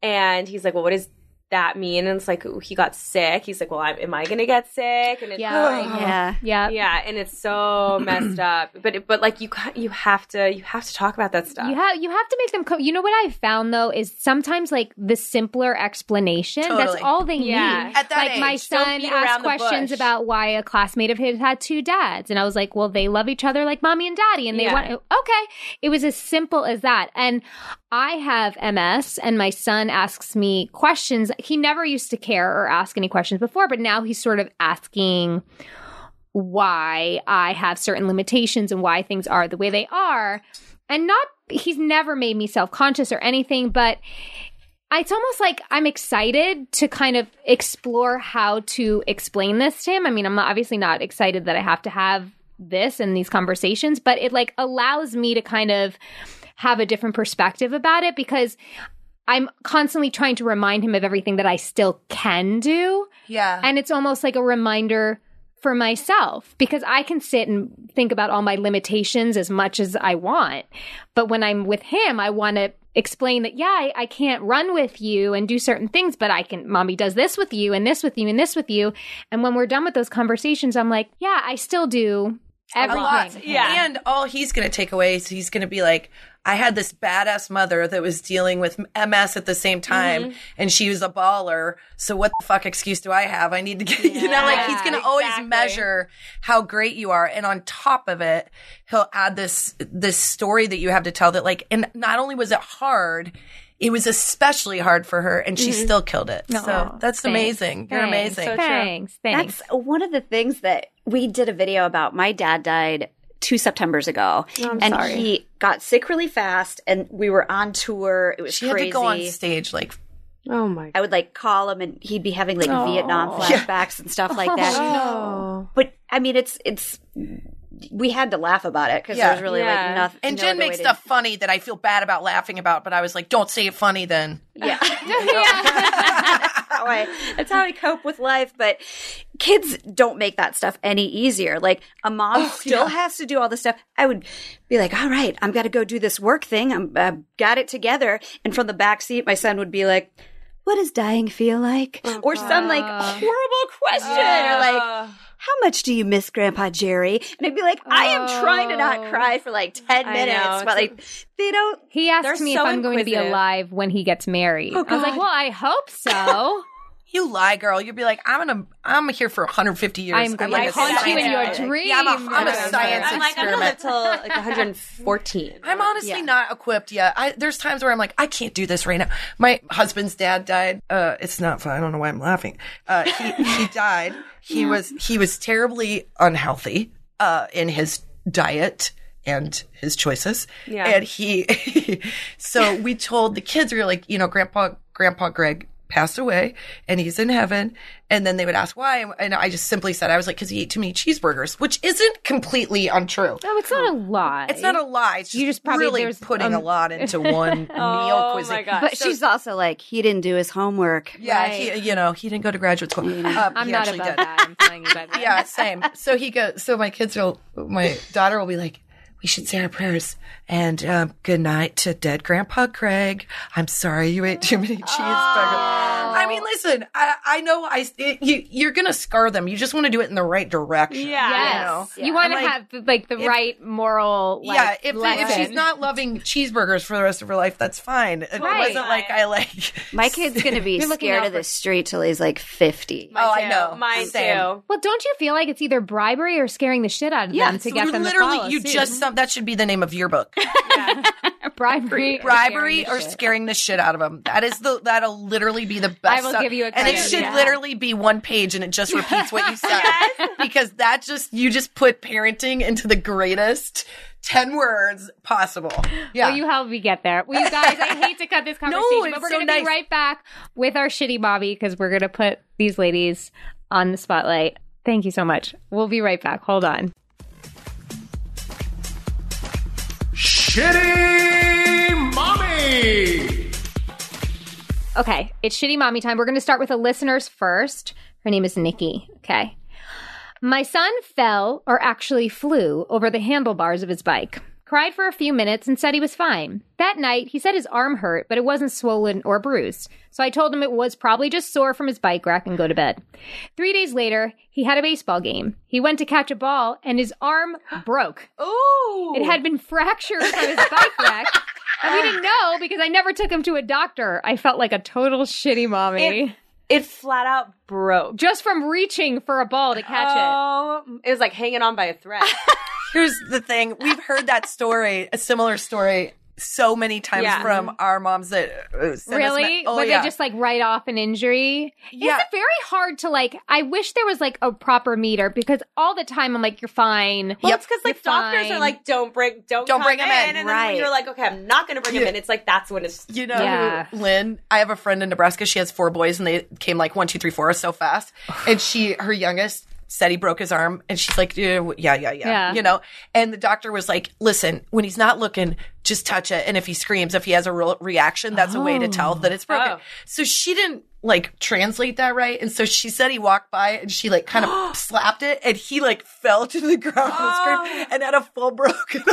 [SPEAKER 5] and he's like, well, what is that mean? And it's like he got sick. He's like, well, I'm, am I going to get sick? And it's
[SPEAKER 4] Yeah.
[SPEAKER 5] like,
[SPEAKER 7] yeah.
[SPEAKER 4] yeah.
[SPEAKER 5] yeah, and it's so messed up. But it- but like you ca- you have to you have to talk about that stuff.
[SPEAKER 4] You have you have to make them. Co- you know what I found though is sometimes like the simpler explanation.
[SPEAKER 8] Totally.
[SPEAKER 4] That's all they
[SPEAKER 5] Yeah.
[SPEAKER 4] need.
[SPEAKER 8] At that
[SPEAKER 4] like my
[SPEAKER 8] age, don't
[SPEAKER 4] son
[SPEAKER 5] beat around
[SPEAKER 4] asked
[SPEAKER 5] the
[SPEAKER 4] questions
[SPEAKER 5] bush.
[SPEAKER 4] about why a classmate of his had two dads, and I was like, well, they love each other like mommy and daddy, and they
[SPEAKER 5] Yeah.
[SPEAKER 4] want. Okay, it was as simple as that. And I have MS, and my son asks me questions. He never used to care or ask any questions before, but now he's sort of asking why I have certain limitations and why things are the way they are. And not, he's never made me self conscious or anything, but it's almost like I'm excited to kind of explore how to explain this to him. I mean, I'm obviously not excited that I have to have this and these conversations, but it like allows me to kind of have a different perspective about it because I'm constantly trying to remind him of everything that I still can do.
[SPEAKER 8] yeah.
[SPEAKER 4] And it's almost like a reminder for myself because I can sit and think about all my limitations as much as I want. But when I'm with him, I want to explain that, yeah, I, I can't run with you and do certain things, but I can, mommy does this with you and this with you and this with you. And when we're done with those conversations, I'm like, yeah, I still do
[SPEAKER 8] a
[SPEAKER 4] everything.
[SPEAKER 8] lot.
[SPEAKER 5] Yeah.
[SPEAKER 8] And all he's going to take away is he's going to be like, I had this badass mother that was dealing with MS at the same time, and she was a baller. So what the fuck excuse do I have? I need to get you know, like he's going to always measure how great you are, and on top of it, he'll add this this story that you have to tell that like, and not only was it hard. It was especially hard for her, and she still killed it. so that's amazing. You're
[SPEAKER 4] Thanks.
[SPEAKER 8] amazing.
[SPEAKER 4] Thanks. Thanks.
[SPEAKER 7] That's one of the things that we did a video about. My dad died two September's ago,
[SPEAKER 8] Oh,
[SPEAKER 7] and he got sick really fast. And we were on tour. It was
[SPEAKER 8] she had
[SPEAKER 7] crazy.
[SPEAKER 8] to go on stage like
[SPEAKER 5] Oh my.
[SPEAKER 7] I would like call him, and he'd be having like Vietnam flashbacks and stuff
[SPEAKER 8] Oh,
[SPEAKER 7] like that. But I mean, it's it's we had to laugh about it because
[SPEAKER 8] Yeah.
[SPEAKER 7] there's really
[SPEAKER 5] Yeah.
[SPEAKER 7] like nothing.
[SPEAKER 8] And
[SPEAKER 7] no
[SPEAKER 8] Jen
[SPEAKER 7] other
[SPEAKER 8] makes
[SPEAKER 7] way to-
[SPEAKER 8] stuff funny that I feel bad about laughing about, but I was like, don't say it funny then.
[SPEAKER 7] how I that's how I cope with life. But kids don't make that stuff any easier. Like a mom still has to do all this stuff. I would be like, all right, I'm got to go do this work thing. I'm I've got it together. And from the back seat, my son would be like. What does dying feel like? or some like horrible question, or like, how much do you miss Grandpa Jerry? And I'd be like, I am trying to not cry for like ten minutes,
[SPEAKER 5] know,
[SPEAKER 7] but
[SPEAKER 5] it's
[SPEAKER 7] like, they don't.
[SPEAKER 4] He
[SPEAKER 5] They're
[SPEAKER 4] asked me
[SPEAKER 5] so
[SPEAKER 4] if I'm going to be
[SPEAKER 5] inquisitive.
[SPEAKER 4] alive when he gets married.
[SPEAKER 8] Oh,
[SPEAKER 4] I was like, well, I hope so.
[SPEAKER 8] You lie, girl. You'd be like, I'm gonna, I'm here for 150 years.
[SPEAKER 4] I'm going to
[SPEAKER 8] like a
[SPEAKER 4] haunt you in
[SPEAKER 8] science
[SPEAKER 4] your
[SPEAKER 8] project.
[SPEAKER 4] dreams.
[SPEAKER 8] Yeah, I'm a, I'm a
[SPEAKER 5] I'm
[SPEAKER 8] science
[SPEAKER 5] like I'm gonna live
[SPEAKER 8] experiment.
[SPEAKER 5] till like 114.
[SPEAKER 8] I'm honestly not equipped yet. I, there's times where I'm like, I can't do this right now. My husband's dad died. Uh, it's not fun. I don't know why I'm laughing. Uh, he, he died. He was he was terribly unhealthy uh, in his diet and his choices.
[SPEAKER 5] Yeah.
[SPEAKER 8] And he, so we told the kids, we were like, you know, Grandpa, Grandpa Greg passed away and he's in heaven. And then they would ask why. And I just simply said, I was like, because he ate too many cheeseburgers, which isn't completely untrue.
[SPEAKER 4] No, Oh, it's not a lie.
[SPEAKER 8] It's not a lie. It's just
[SPEAKER 4] You just probably-
[SPEAKER 8] really
[SPEAKER 4] there's,
[SPEAKER 8] putting
[SPEAKER 4] um,
[SPEAKER 8] a lot into one meal cuisine.
[SPEAKER 5] my God.
[SPEAKER 7] But she's also like, he didn't do his homework.
[SPEAKER 8] Yeah, he, you know, he didn't go to graduate school. Uh,
[SPEAKER 4] I'm
[SPEAKER 8] he
[SPEAKER 4] not
[SPEAKER 8] actually
[SPEAKER 4] above
[SPEAKER 8] did.
[SPEAKER 4] that. I'm telling you by the way.
[SPEAKER 8] Yeah, same. So he goes. So my kids will. My daughter will be like, "We should say our prayers and um, good night to dead Grandpa Craig. I'm sorry you ate too many cheeseburgers. I mean, listen, I, I know I it, you you're gonna scar them. You just want to do it in the right direction.
[SPEAKER 5] Yeah.
[SPEAKER 4] Yes.
[SPEAKER 8] You know?
[SPEAKER 4] You want to
[SPEAKER 8] Like,
[SPEAKER 4] have like the right moral. Like,
[SPEAKER 8] yeah, if,
[SPEAKER 4] lesson.
[SPEAKER 8] if she's not loving cheeseburgers for the rest of her life, that's fine. It wasn't like I like.
[SPEAKER 7] My kid's going to be
[SPEAKER 4] looking
[SPEAKER 7] scared
[SPEAKER 4] out
[SPEAKER 7] of
[SPEAKER 4] for-
[SPEAKER 7] the street till he's like 50.
[SPEAKER 8] oh, I know.
[SPEAKER 5] Mine
[SPEAKER 8] Same.
[SPEAKER 5] too.
[SPEAKER 4] Well, don't you feel like it's either bribery or scaring the shit out of them to
[SPEAKER 8] So
[SPEAKER 4] get
[SPEAKER 8] you
[SPEAKER 4] them
[SPEAKER 8] literally,
[SPEAKER 4] to follow
[SPEAKER 8] you
[SPEAKER 4] suit?
[SPEAKER 8] just some, that should be the name of your book.
[SPEAKER 4] bribery, or
[SPEAKER 8] bribery
[SPEAKER 4] scaring the
[SPEAKER 8] or
[SPEAKER 4] shit.
[SPEAKER 8] scaring the shit out of them. That is the that'll literally be the best.
[SPEAKER 4] will
[SPEAKER 8] stuff.
[SPEAKER 4] give you a
[SPEAKER 8] and it
[SPEAKER 4] credit,
[SPEAKER 8] should
[SPEAKER 4] yeah.
[SPEAKER 8] literally be one page, and it just repeats what you said because that just you just put parenting into the greatest ten words possible. Yeah,
[SPEAKER 4] Will you help me get there? Well, you guys, I hate to cut this conversation,
[SPEAKER 8] it's
[SPEAKER 4] but we're
[SPEAKER 8] so
[SPEAKER 4] going to
[SPEAKER 8] nice.
[SPEAKER 4] be right back with our shitty Bobby because we're going to put these ladies on the spotlight. Thank you so much. We'll be right back. Hold on.
[SPEAKER 3] Shitty Mommy!
[SPEAKER 4] Okay, it's shitty mommy time. We're going to start with the listeners first. Her name is Nikki. Okay. My son fell, or actually flew, over the handlebars of his bike. Cried for a few minutes and said he was fine. That night, he said his arm hurt, but it wasn't swollen or bruised. So I told him it was probably just sore from his bike rack and go to bed. Three days later, he had a baseball game. He went to catch a ball and his arm broke.
[SPEAKER 5] Ooh.
[SPEAKER 4] It had been fractured from his bike rack. And we didn't know because I never took him to a doctor. I felt like a total shitty mommy.
[SPEAKER 5] It flat out broke.
[SPEAKER 4] just from reaching for a ball to catch it.
[SPEAKER 5] Oh, it was like hanging on by a thread.
[SPEAKER 8] Here's the thing: we've heard that story, a similar story, so many times
[SPEAKER 5] Yeah.
[SPEAKER 8] from our moms that uh, send us
[SPEAKER 4] Really?
[SPEAKER 8] ma- oh
[SPEAKER 4] Where
[SPEAKER 8] yeah.
[SPEAKER 4] they just like write off an injury.
[SPEAKER 8] Yeah.
[SPEAKER 4] It's very hard to like I wish there was like a proper meter because all the time I'm like, You're fine.
[SPEAKER 5] Well, it's because like
[SPEAKER 4] You're
[SPEAKER 5] doctors
[SPEAKER 4] fine.
[SPEAKER 5] are like, don't bring, don't,
[SPEAKER 8] Don't
[SPEAKER 5] come
[SPEAKER 8] bring 'em in,
[SPEAKER 5] and then when
[SPEAKER 7] right.
[SPEAKER 5] you're like, okay, I'm not going to bring him in. It's like that's when it's
[SPEAKER 8] You know,
[SPEAKER 4] Yeah.
[SPEAKER 8] Lynn, I have a friend in Nebraska. She has four boys and they came like one, two, three, four so fast. And she, her youngest, said he broke his arm and she's like, yeah, w- yeah, yeah, yeah,
[SPEAKER 4] Yeah.
[SPEAKER 8] You know, and the doctor was like, listen, when he's not looking, just touch it. And if he screams, if he has a real reaction, that's a way to tell that it's broken.
[SPEAKER 5] Oh.
[SPEAKER 8] So she didn't like translate that right. And so she said he walked by and she like kind of slapped it and he like fell to the ground and screamed and had a full broken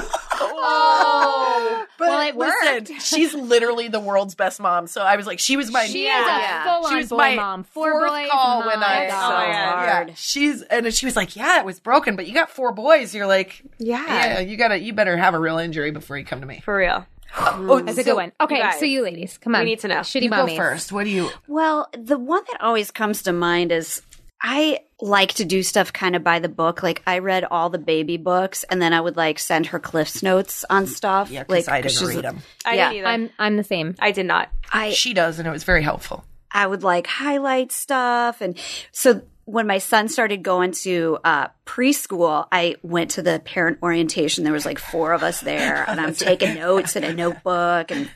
[SPEAKER 4] Oh
[SPEAKER 8] But
[SPEAKER 4] Well, it
[SPEAKER 8] listen, she's literally the world's best mom. So I was like, she was my
[SPEAKER 4] She
[SPEAKER 8] yeah.
[SPEAKER 4] is a
[SPEAKER 7] Yeah.
[SPEAKER 4] full
[SPEAKER 8] She
[SPEAKER 4] on
[SPEAKER 8] was
[SPEAKER 4] boy
[SPEAKER 8] my
[SPEAKER 4] mom. Four
[SPEAKER 8] fourth
[SPEAKER 4] boys.
[SPEAKER 8] call
[SPEAKER 4] my
[SPEAKER 8] when
[SPEAKER 4] God.
[SPEAKER 8] I-
[SPEAKER 5] Oh, my God.
[SPEAKER 8] Yeah, she's and she was like, yeah, it was broken, but you got four boys. You're like, yeah, yeah, you gotta, you better have a real injury before you come to me.
[SPEAKER 5] for real.
[SPEAKER 8] Oh,
[SPEAKER 4] That's a good one. Okay,
[SPEAKER 5] guys,
[SPEAKER 4] so you ladies, come on.
[SPEAKER 5] we need to know.
[SPEAKER 4] Shitty
[SPEAKER 8] You go
[SPEAKER 4] mommy.
[SPEAKER 8] first. What do you?
[SPEAKER 7] Well, the one that always comes to mind is I like to do stuff kind of by the book. Like I read all the baby books, and then I would like send her Cliff's notes on stuff.
[SPEAKER 8] Yeah,
[SPEAKER 7] like
[SPEAKER 8] because I didn't
[SPEAKER 7] she's-
[SPEAKER 8] read them.
[SPEAKER 5] I
[SPEAKER 7] Yeah.
[SPEAKER 5] didn't either.
[SPEAKER 4] I'm I'm the same.
[SPEAKER 5] I did not.
[SPEAKER 7] I
[SPEAKER 8] She does, and it was very helpful.
[SPEAKER 7] I would like highlight stuff. And so when my son started going to uh, preschool, I went to the parent orientation. There was like four of us there, and I'm taking notes in a notebook and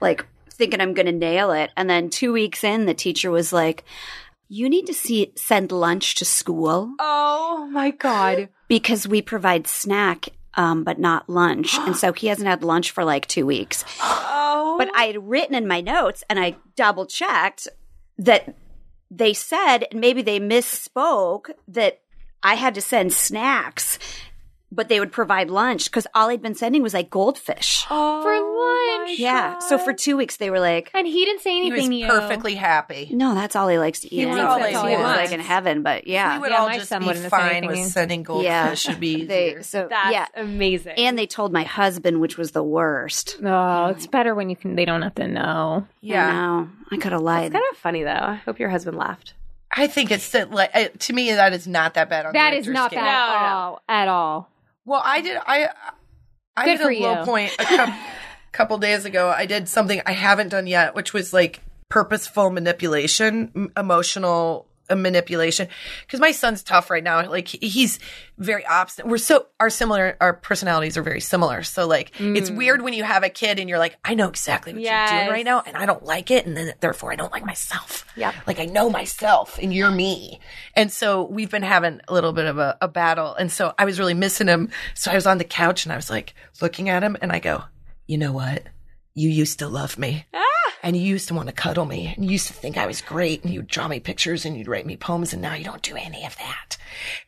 [SPEAKER 7] like thinking I'm going to nail it. And then two weeks in, the teacher was like, you need to see send lunch to school
[SPEAKER 5] Oh my god.
[SPEAKER 7] because we provide snack um, but not lunch and so he hasn't had lunch for like two weeks
[SPEAKER 5] Oh.
[SPEAKER 7] but i had written in my notes and i double checked that they said and maybe they misspoke that i had to send snacks but they would provide lunch because all i'd been sending was like goldfish
[SPEAKER 4] Oh
[SPEAKER 5] Oh,
[SPEAKER 4] For lunch.
[SPEAKER 7] yeah so for two weeks they were like
[SPEAKER 4] And he didn't say
[SPEAKER 8] He was
[SPEAKER 4] anything to you.
[SPEAKER 8] perfectly happy.
[SPEAKER 7] no that's all he likes to eat
[SPEAKER 4] wants
[SPEAKER 7] And
[SPEAKER 8] all
[SPEAKER 7] he
[SPEAKER 8] he
[SPEAKER 7] was
[SPEAKER 8] wants.
[SPEAKER 7] like in heaven but yeah
[SPEAKER 8] We would
[SPEAKER 4] Yeah,
[SPEAKER 8] all
[SPEAKER 4] my
[SPEAKER 8] just
[SPEAKER 4] son
[SPEAKER 8] be
[SPEAKER 4] wouldn't have said
[SPEAKER 8] fine with
[SPEAKER 4] anything.
[SPEAKER 8] sending goldfish.
[SPEAKER 7] Yeah.
[SPEAKER 8] Should be
[SPEAKER 7] they so
[SPEAKER 5] That's
[SPEAKER 7] yeah
[SPEAKER 5] amazing.
[SPEAKER 7] and they told my husband which was the worst
[SPEAKER 4] Oh, it's better when you can. They don't have to know.
[SPEAKER 7] yeah no i could have lied
[SPEAKER 5] kind of funny though. I hope your husband laughed.
[SPEAKER 8] I think it's that, like uh, to me that is not that bad. On
[SPEAKER 4] That
[SPEAKER 8] the
[SPEAKER 4] is
[SPEAKER 8] Richter
[SPEAKER 4] not
[SPEAKER 8] scale.
[SPEAKER 4] bad at all. At all.
[SPEAKER 8] Well, I did. I I
[SPEAKER 4] Good
[SPEAKER 8] did
[SPEAKER 4] for
[SPEAKER 8] a low
[SPEAKER 4] you.
[SPEAKER 8] point a cou- couple days ago. I did something I haven't done yet, which was like purposeful manipulation, m- emotional a manipulation because my son's tough right now. Like he- he's very obstinate. We're so our similar our personalities are very similar. So like it's weird when you have a kid and you're like, I know exactly what you're
[SPEAKER 5] Yes.
[SPEAKER 8] doing right now and I don't like it and then therefore I don't like myself. Yeah. Like I know myself and you're me. And so we've been having a little bit of a, a battle. And so I was really missing him. So I was on the couch and I was like looking at him and I go, You know what? You used to love me and you used to want to cuddle me and you used to think I was great and you'd draw me pictures and you'd write me poems and now you don't do any of that.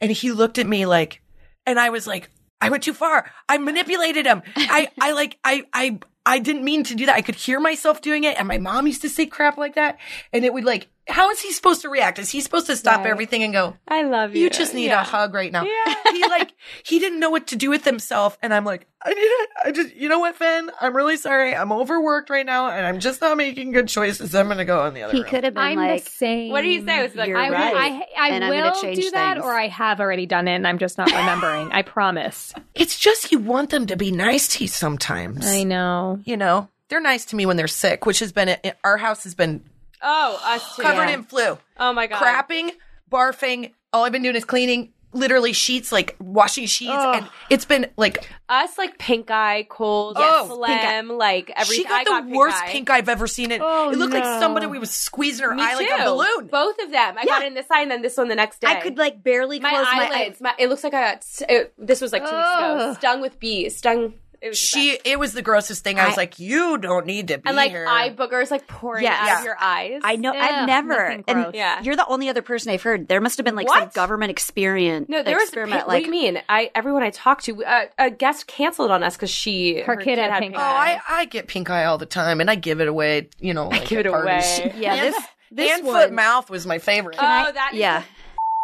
[SPEAKER 8] And he looked at me like, and I was like, I went too far. I manipulated him. I, I like, I, I, I didn't mean to do that. I could hear myself doing it. And my mom used to say crap like that. And it would like, how is he supposed to react? Is he supposed to stop everything and go,
[SPEAKER 5] I love you.
[SPEAKER 8] you just need a hug right now. He like he didn't know what to do with himself, and I'm like, I did I just you know what, Finn? I'm really sorry. I'm overworked right now, and I'm just not making good choices. I'm gonna go in the other
[SPEAKER 7] He
[SPEAKER 8] room.
[SPEAKER 7] could have been
[SPEAKER 4] I'm
[SPEAKER 7] like,
[SPEAKER 4] the same.
[SPEAKER 5] What do you say? It's like,
[SPEAKER 7] You're
[SPEAKER 4] I,
[SPEAKER 5] I,
[SPEAKER 4] will-
[SPEAKER 7] right.
[SPEAKER 4] I, I
[SPEAKER 7] And I'm gonna
[SPEAKER 4] will
[SPEAKER 7] change
[SPEAKER 4] do that,
[SPEAKER 7] things.
[SPEAKER 4] or I have already done it, and I'm just not remembering. I promise.
[SPEAKER 8] It's just you want them to be nice to you sometimes.
[SPEAKER 4] I know.
[SPEAKER 8] You know, they're nice to me when they're sick, which has been uh, our house has been
[SPEAKER 5] oh, us too.
[SPEAKER 8] covered in flu.
[SPEAKER 5] Oh my god.
[SPEAKER 8] crapping, barfing. All I've been doing is cleaning literally sheets, like washing sheets, and it's been like
[SPEAKER 5] Us like pink eye, cold,
[SPEAKER 8] Yes.
[SPEAKER 5] phlegm, like everything.
[SPEAKER 8] She got
[SPEAKER 5] I
[SPEAKER 8] the
[SPEAKER 5] got pink
[SPEAKER 8] worst
[SPEAKER 5] eye.
[SPEAKER 8] pink eye I've ever seen. It.
[SPEAKER 4] Oh,
[SPEAKER 8] it looked
[SPEAKER 4] no.
[SPEAKER 8] like somebody was squeezing her
[SPEAKER 5] Me
[SPEAKER 8] eye like a
[SPEAKER 5] too.
[SPEAKER 8] balloon.
[SPEAKER 5] Both of them. I got it in this eye and then this one the next day.
[SPEAKER 7] I could like barely
[SPEAKER 5] my
[SPEAKER 7] close my eyes.
[SPEAKER 5] eyelids. My, it looks like I got. s- It, this was like two weeks ago. Stung with bees. Stung. It was the
[SPEAKER 8] she.
[SPEAKER 5] best.
[SPEAKER 8] It was the grossest thing. I, was like, you don't need to be
[SPEAKER 5] and like
[SPEAKER 8] here.
[SPEAKER 5] eye boogers like pouring
[SPEAKER 7] Yes.
[SPEAKER 5] out
[SPEAKER 7] Yeah.
[SPEAKER 5] of your eyes.
[SPEAKER 7] I know. I've
[SPEAKER 4] Ugh,
[SPEAKER 7] never.
[SPEAKER 4] nothing
[SPEAKER 7] And
[SPEAKER 4] gross.
[SPEAKER 5] Yeah.
[SPEAKER 7] you're the only other person I've heard. There must have been like some
[SPEAKER 5] What?
[SPEAKER 7] government experience.
[SPEAKER 5] No, there was. Like,
[SPEAKER 7] experiment. like,
[SPEAKER 5] what do you mean? I everyone I talked to, uh, a guest canceled on us because she
[SPEAKER 4] Her kid had pink
[SPEAKER 8] oh, I, I get pink eye all the time, and I give it away. You know, like
[SPEAKER 5] give
[SPEAKER 8] at
[SPEAKER 5] it
[SPEAKER 8] parties.
[SPEAKER 5] away.
[SPEAKER 7] Yeah, this this
[SPEAKER 8] Hand,
[SPEAKER 7] one.
[SPEAKER 8] foot, mouth was my favorite.
[SPEAKER 5] Oh, that is
[SPEAKER 7] yeah,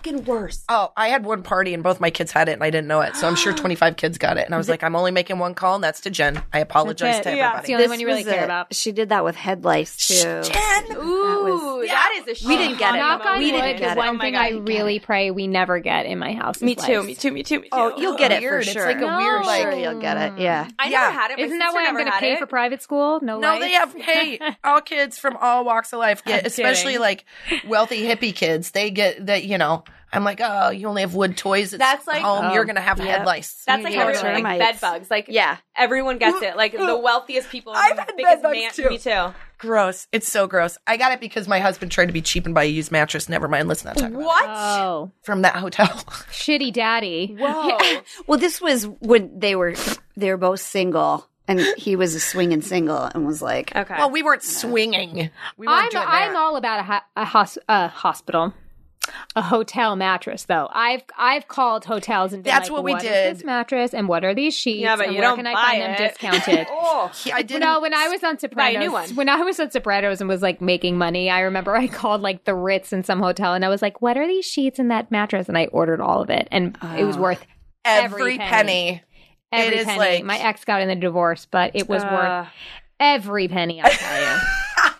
[SPEAKER 5] fucking worse.
[SPEAKER 8] Oh, I had one party and both my kids had it and I didn't know it. So I'm sure 25 kids got it. And I was like, I'm only making one call and that's to Jen. I apologize
[SPEAKER 4] That's
[SPEAKER 8] to
[SPEAKER 4] it.
[SPEAKER 5] Yeah.
[SPEAKER 8] everybody.
[SPEAKER 4] It's the only
[SPEAKER 7] This
[SPEAKER 4] one you really
[SPEAKER 7] was
[SPEAKER 4] care
[SPEAKER 7] a-
[SPEAKER 4] about.
[SPEAKER 7] She did that with head lice too.
[SPEAKER 5] Ooh, that is a shit.
[SPEAKER 7] We didn't get it.
[SPEAKER 4] Knock on
[SPEAKER 7] we
[SPEAKER 4] wood.
[SPEAKER 7] didn't
[SPEAKER 4] the
[SPEAKER 5] Oh
[SPEAKER 7] get it. Oh
[SPEAKER 4] one thing I really pray we never get in my house.
[SPEAKER 5] Me
[SPEAKER 4] is
[SPEAKER 5] too.
[SPEAKER 4] lice.
[SPEAKER 5] Me too. Me too. Me too.
[SPEAKER 7] Oh, you'll get it for
[SPEAKER 8] Weird. It's
[SPEAKER 7] sure.
[SPEAKER 8] like a
[SPEAKER 4] No. weird, like-
[SPEAKER 7] sure you'll get it. Yeah.
[SPEAKER 5] I
[SPEAKER 8] Yeah.
[SPEAKER 5] never had it. My
[SPEAKER 4] Isn't that
[SPEAKER 5] sister
[SPEAKER 4] why I'm
[SPEAKER 5] never
[SPEAKER 4] going to
[SPEAKER 5] had
[SPEAKER 4] pay
[SPEAKER 5] it.
[SPEAKER 4] for private school? No,
[SPEAKER 8] No,
[SPEAKER 4] lice?
[SPEAKER 8] they have. Hey, all kids from all walks of life get, especially
[SPEAKER 4] kidding.
[SPEAKER 8] like wealthy hippie kids. They get that. You know, I'm like, oh, you only have wood toys. At
[SPEAKER 5] That's like-
[SPEAKER 8] home. You're gonna have head lice. Mm.
[SPEAKER 5] That's like
[SPEAKER 7] get
[SPEAKER 5] everyone, like bed
[SPEAKER 7] termites.
[SPEAKER 5] bugs. Like
[SPEAKER 7] Yeah.
[SPEAKER 5] everyone gets it. Like the wealthiest people, in
[SPEAKER 8] I've
[SPEAKER 5] the
[SPEAKER 8] had
[SPEAKER 5] biggest
[SPEAKER 8] bed bugs
[SPEAKER 5] man-
[SPEAKER 8] too.
[SPEAKER 5] Me too.
[SPEAKER 8] gross. It's so gross. I got it because my husband tried to be cheap and buy a used mattress. Never mind. Let's not talk about
[SPEAKER 5] What?
[SPEAKER 4] Oh,
[SPEAKER 8] it. from that hotel.
[SPEAKER 4] shitty daddy.
[SPEAKER 5] Whoa.
[SPEAKER 7] Well, this was when they were they were both single, and he was a swinging single, and was like,
[SPEAKER 5] Okay.
[SPEAKER 8] well, we weren't swinging. We weren't
[SPEAKER 4] I'm
[SPEAKER 8] doing that.
[SPEAKER 4] I'm all about a, ho- a, hos- a hospital. A hotel mattress, though. I've I've called hotels and been
[SPEAKER 8] That's
[SPEAKER 4] like,
[SPEAKER 8] what we
[SPEAKER 4] is
[SPEAKER 8] did.
[SPEAKER 4] this mattress and what are these sheets?
[SPEAKER 5] Yeah, but
[SPEAKER 4] and
[SPEAKER 5] you
[SPEAKER 4] where
[SPEAKER 5] don't
[SPEAKER 4] can I
[SPEAKER 5] buy
[SPEAKER 4] find
[SPEAKER 5] it.
[SPEAKER 4] them discounted?
[SPEAKER 5] oh,
[SPEAKER 8] He- I didn't.
[SPEAKER 4] No, when I was on Sopranos,
[SPEAKER 5] a new one.
[SPEAKER 4] when I was on Sopranos and was like making money, I remember I called like the Ritz in some hotel and I was like, "What are these sheets in that mattress?" And I ordered all of it, and it was worth
[SPEAKER 8] every
[SPEAKER 4] every
[SPEAKER 8] penny.
[SPEAKER 4] penny. every
[SPEAKER 8] It is
[SPEAKER 4] penny.
[SPEAKER 8] like-
[SPEAKER 4] My ex got in a divorce, but it was worth every penny. I tell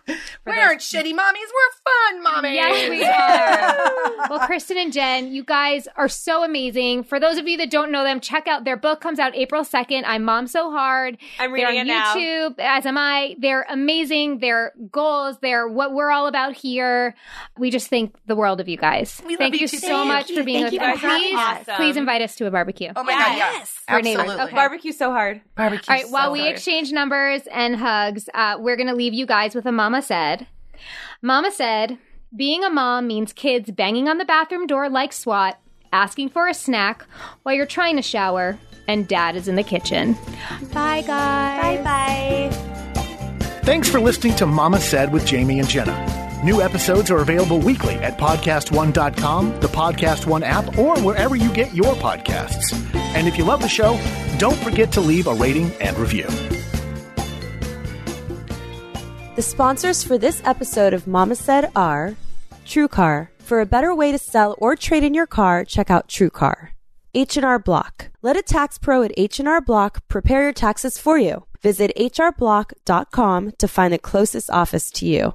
[SPEAKER 4] you,
[SPEAKER 8] We aren't shitty mommies. We're fun mommies.
[SPEAKER 4] yes, we are. well, Kristen and Jen, you guys are so amazing. For those of you that don't know them, check out their book. comes out April second. I'm mom so hard.
[SPEAKER 5] I'm
[SPEAKER 4] They're
[SPEAKER 5] reading it
[SPEAKER 4] on
[SPEAKER 5] now.
[SPEAKER 4] YouTube, as am I. They're amazing. They're goals. They're what we're all about here. We just think the world of you guys.
[SPEAKER 8] We love
[SPEAKER 4] thank
[SPEAKER 8] you
[SPEAKER 4] you,
[SPEAKER 8] too.
[SPEAKER 4] so
[SPEAKER 8] Thank
[SPEAKER 4] much
[SPEAKER 7] you.
[SPEAKER 4] for being
[SPEAKER 7] Thank
[SPEAKER 4] with
[SPEAKER 7] you
[SPEAKER 4] us.
[SPEAKER 7] for having
[SPEAKER 4] Please,
[SPEAKER 5] us.
[SPEAKER 4] please invite us to a barbecue.
[SPEAKER 8] Oh my god! Yes,
[SPEAKER 4] Our neighbors.
[SPEAKER 8] absolutely.
[SPEAKER 4] Okay.
[SPEAKER 5] barbecue so hard.
[SPEAKER 8] Barbecue.
[SPEAKER 4] All right, while
[SPEAKER 8] so
[SPEAKER 4] we
[SPEAKER 8] good.
[SPEAKER 4] exchange numbers and hugs, uh, we're going to leave you guys with a mama said. Mama said, being a mom means kids banging on the bathroom door like SWAT, asking for a snack while you're trying to shower, and dad is in the kitchen. Bye, guys. Bye, bye.
[SPEAKER 3] Thanks for listening to Mama Said with Jamie and Jenna. New episodes are available weekly at podcastone.com, the Podcast One app, or wherever you get your podcasts. And if you love the show, don't forget to leave a rating and review.
[SPEAKER 6] The sponsors for this episode of Mama Said are TrueCar. For a better way to sell or trade in your car, check out TrueCar. H&R Block. Let a tax pro at H&R Block prepare your taxes for you. Visit hrblock.com to find the closest office to you.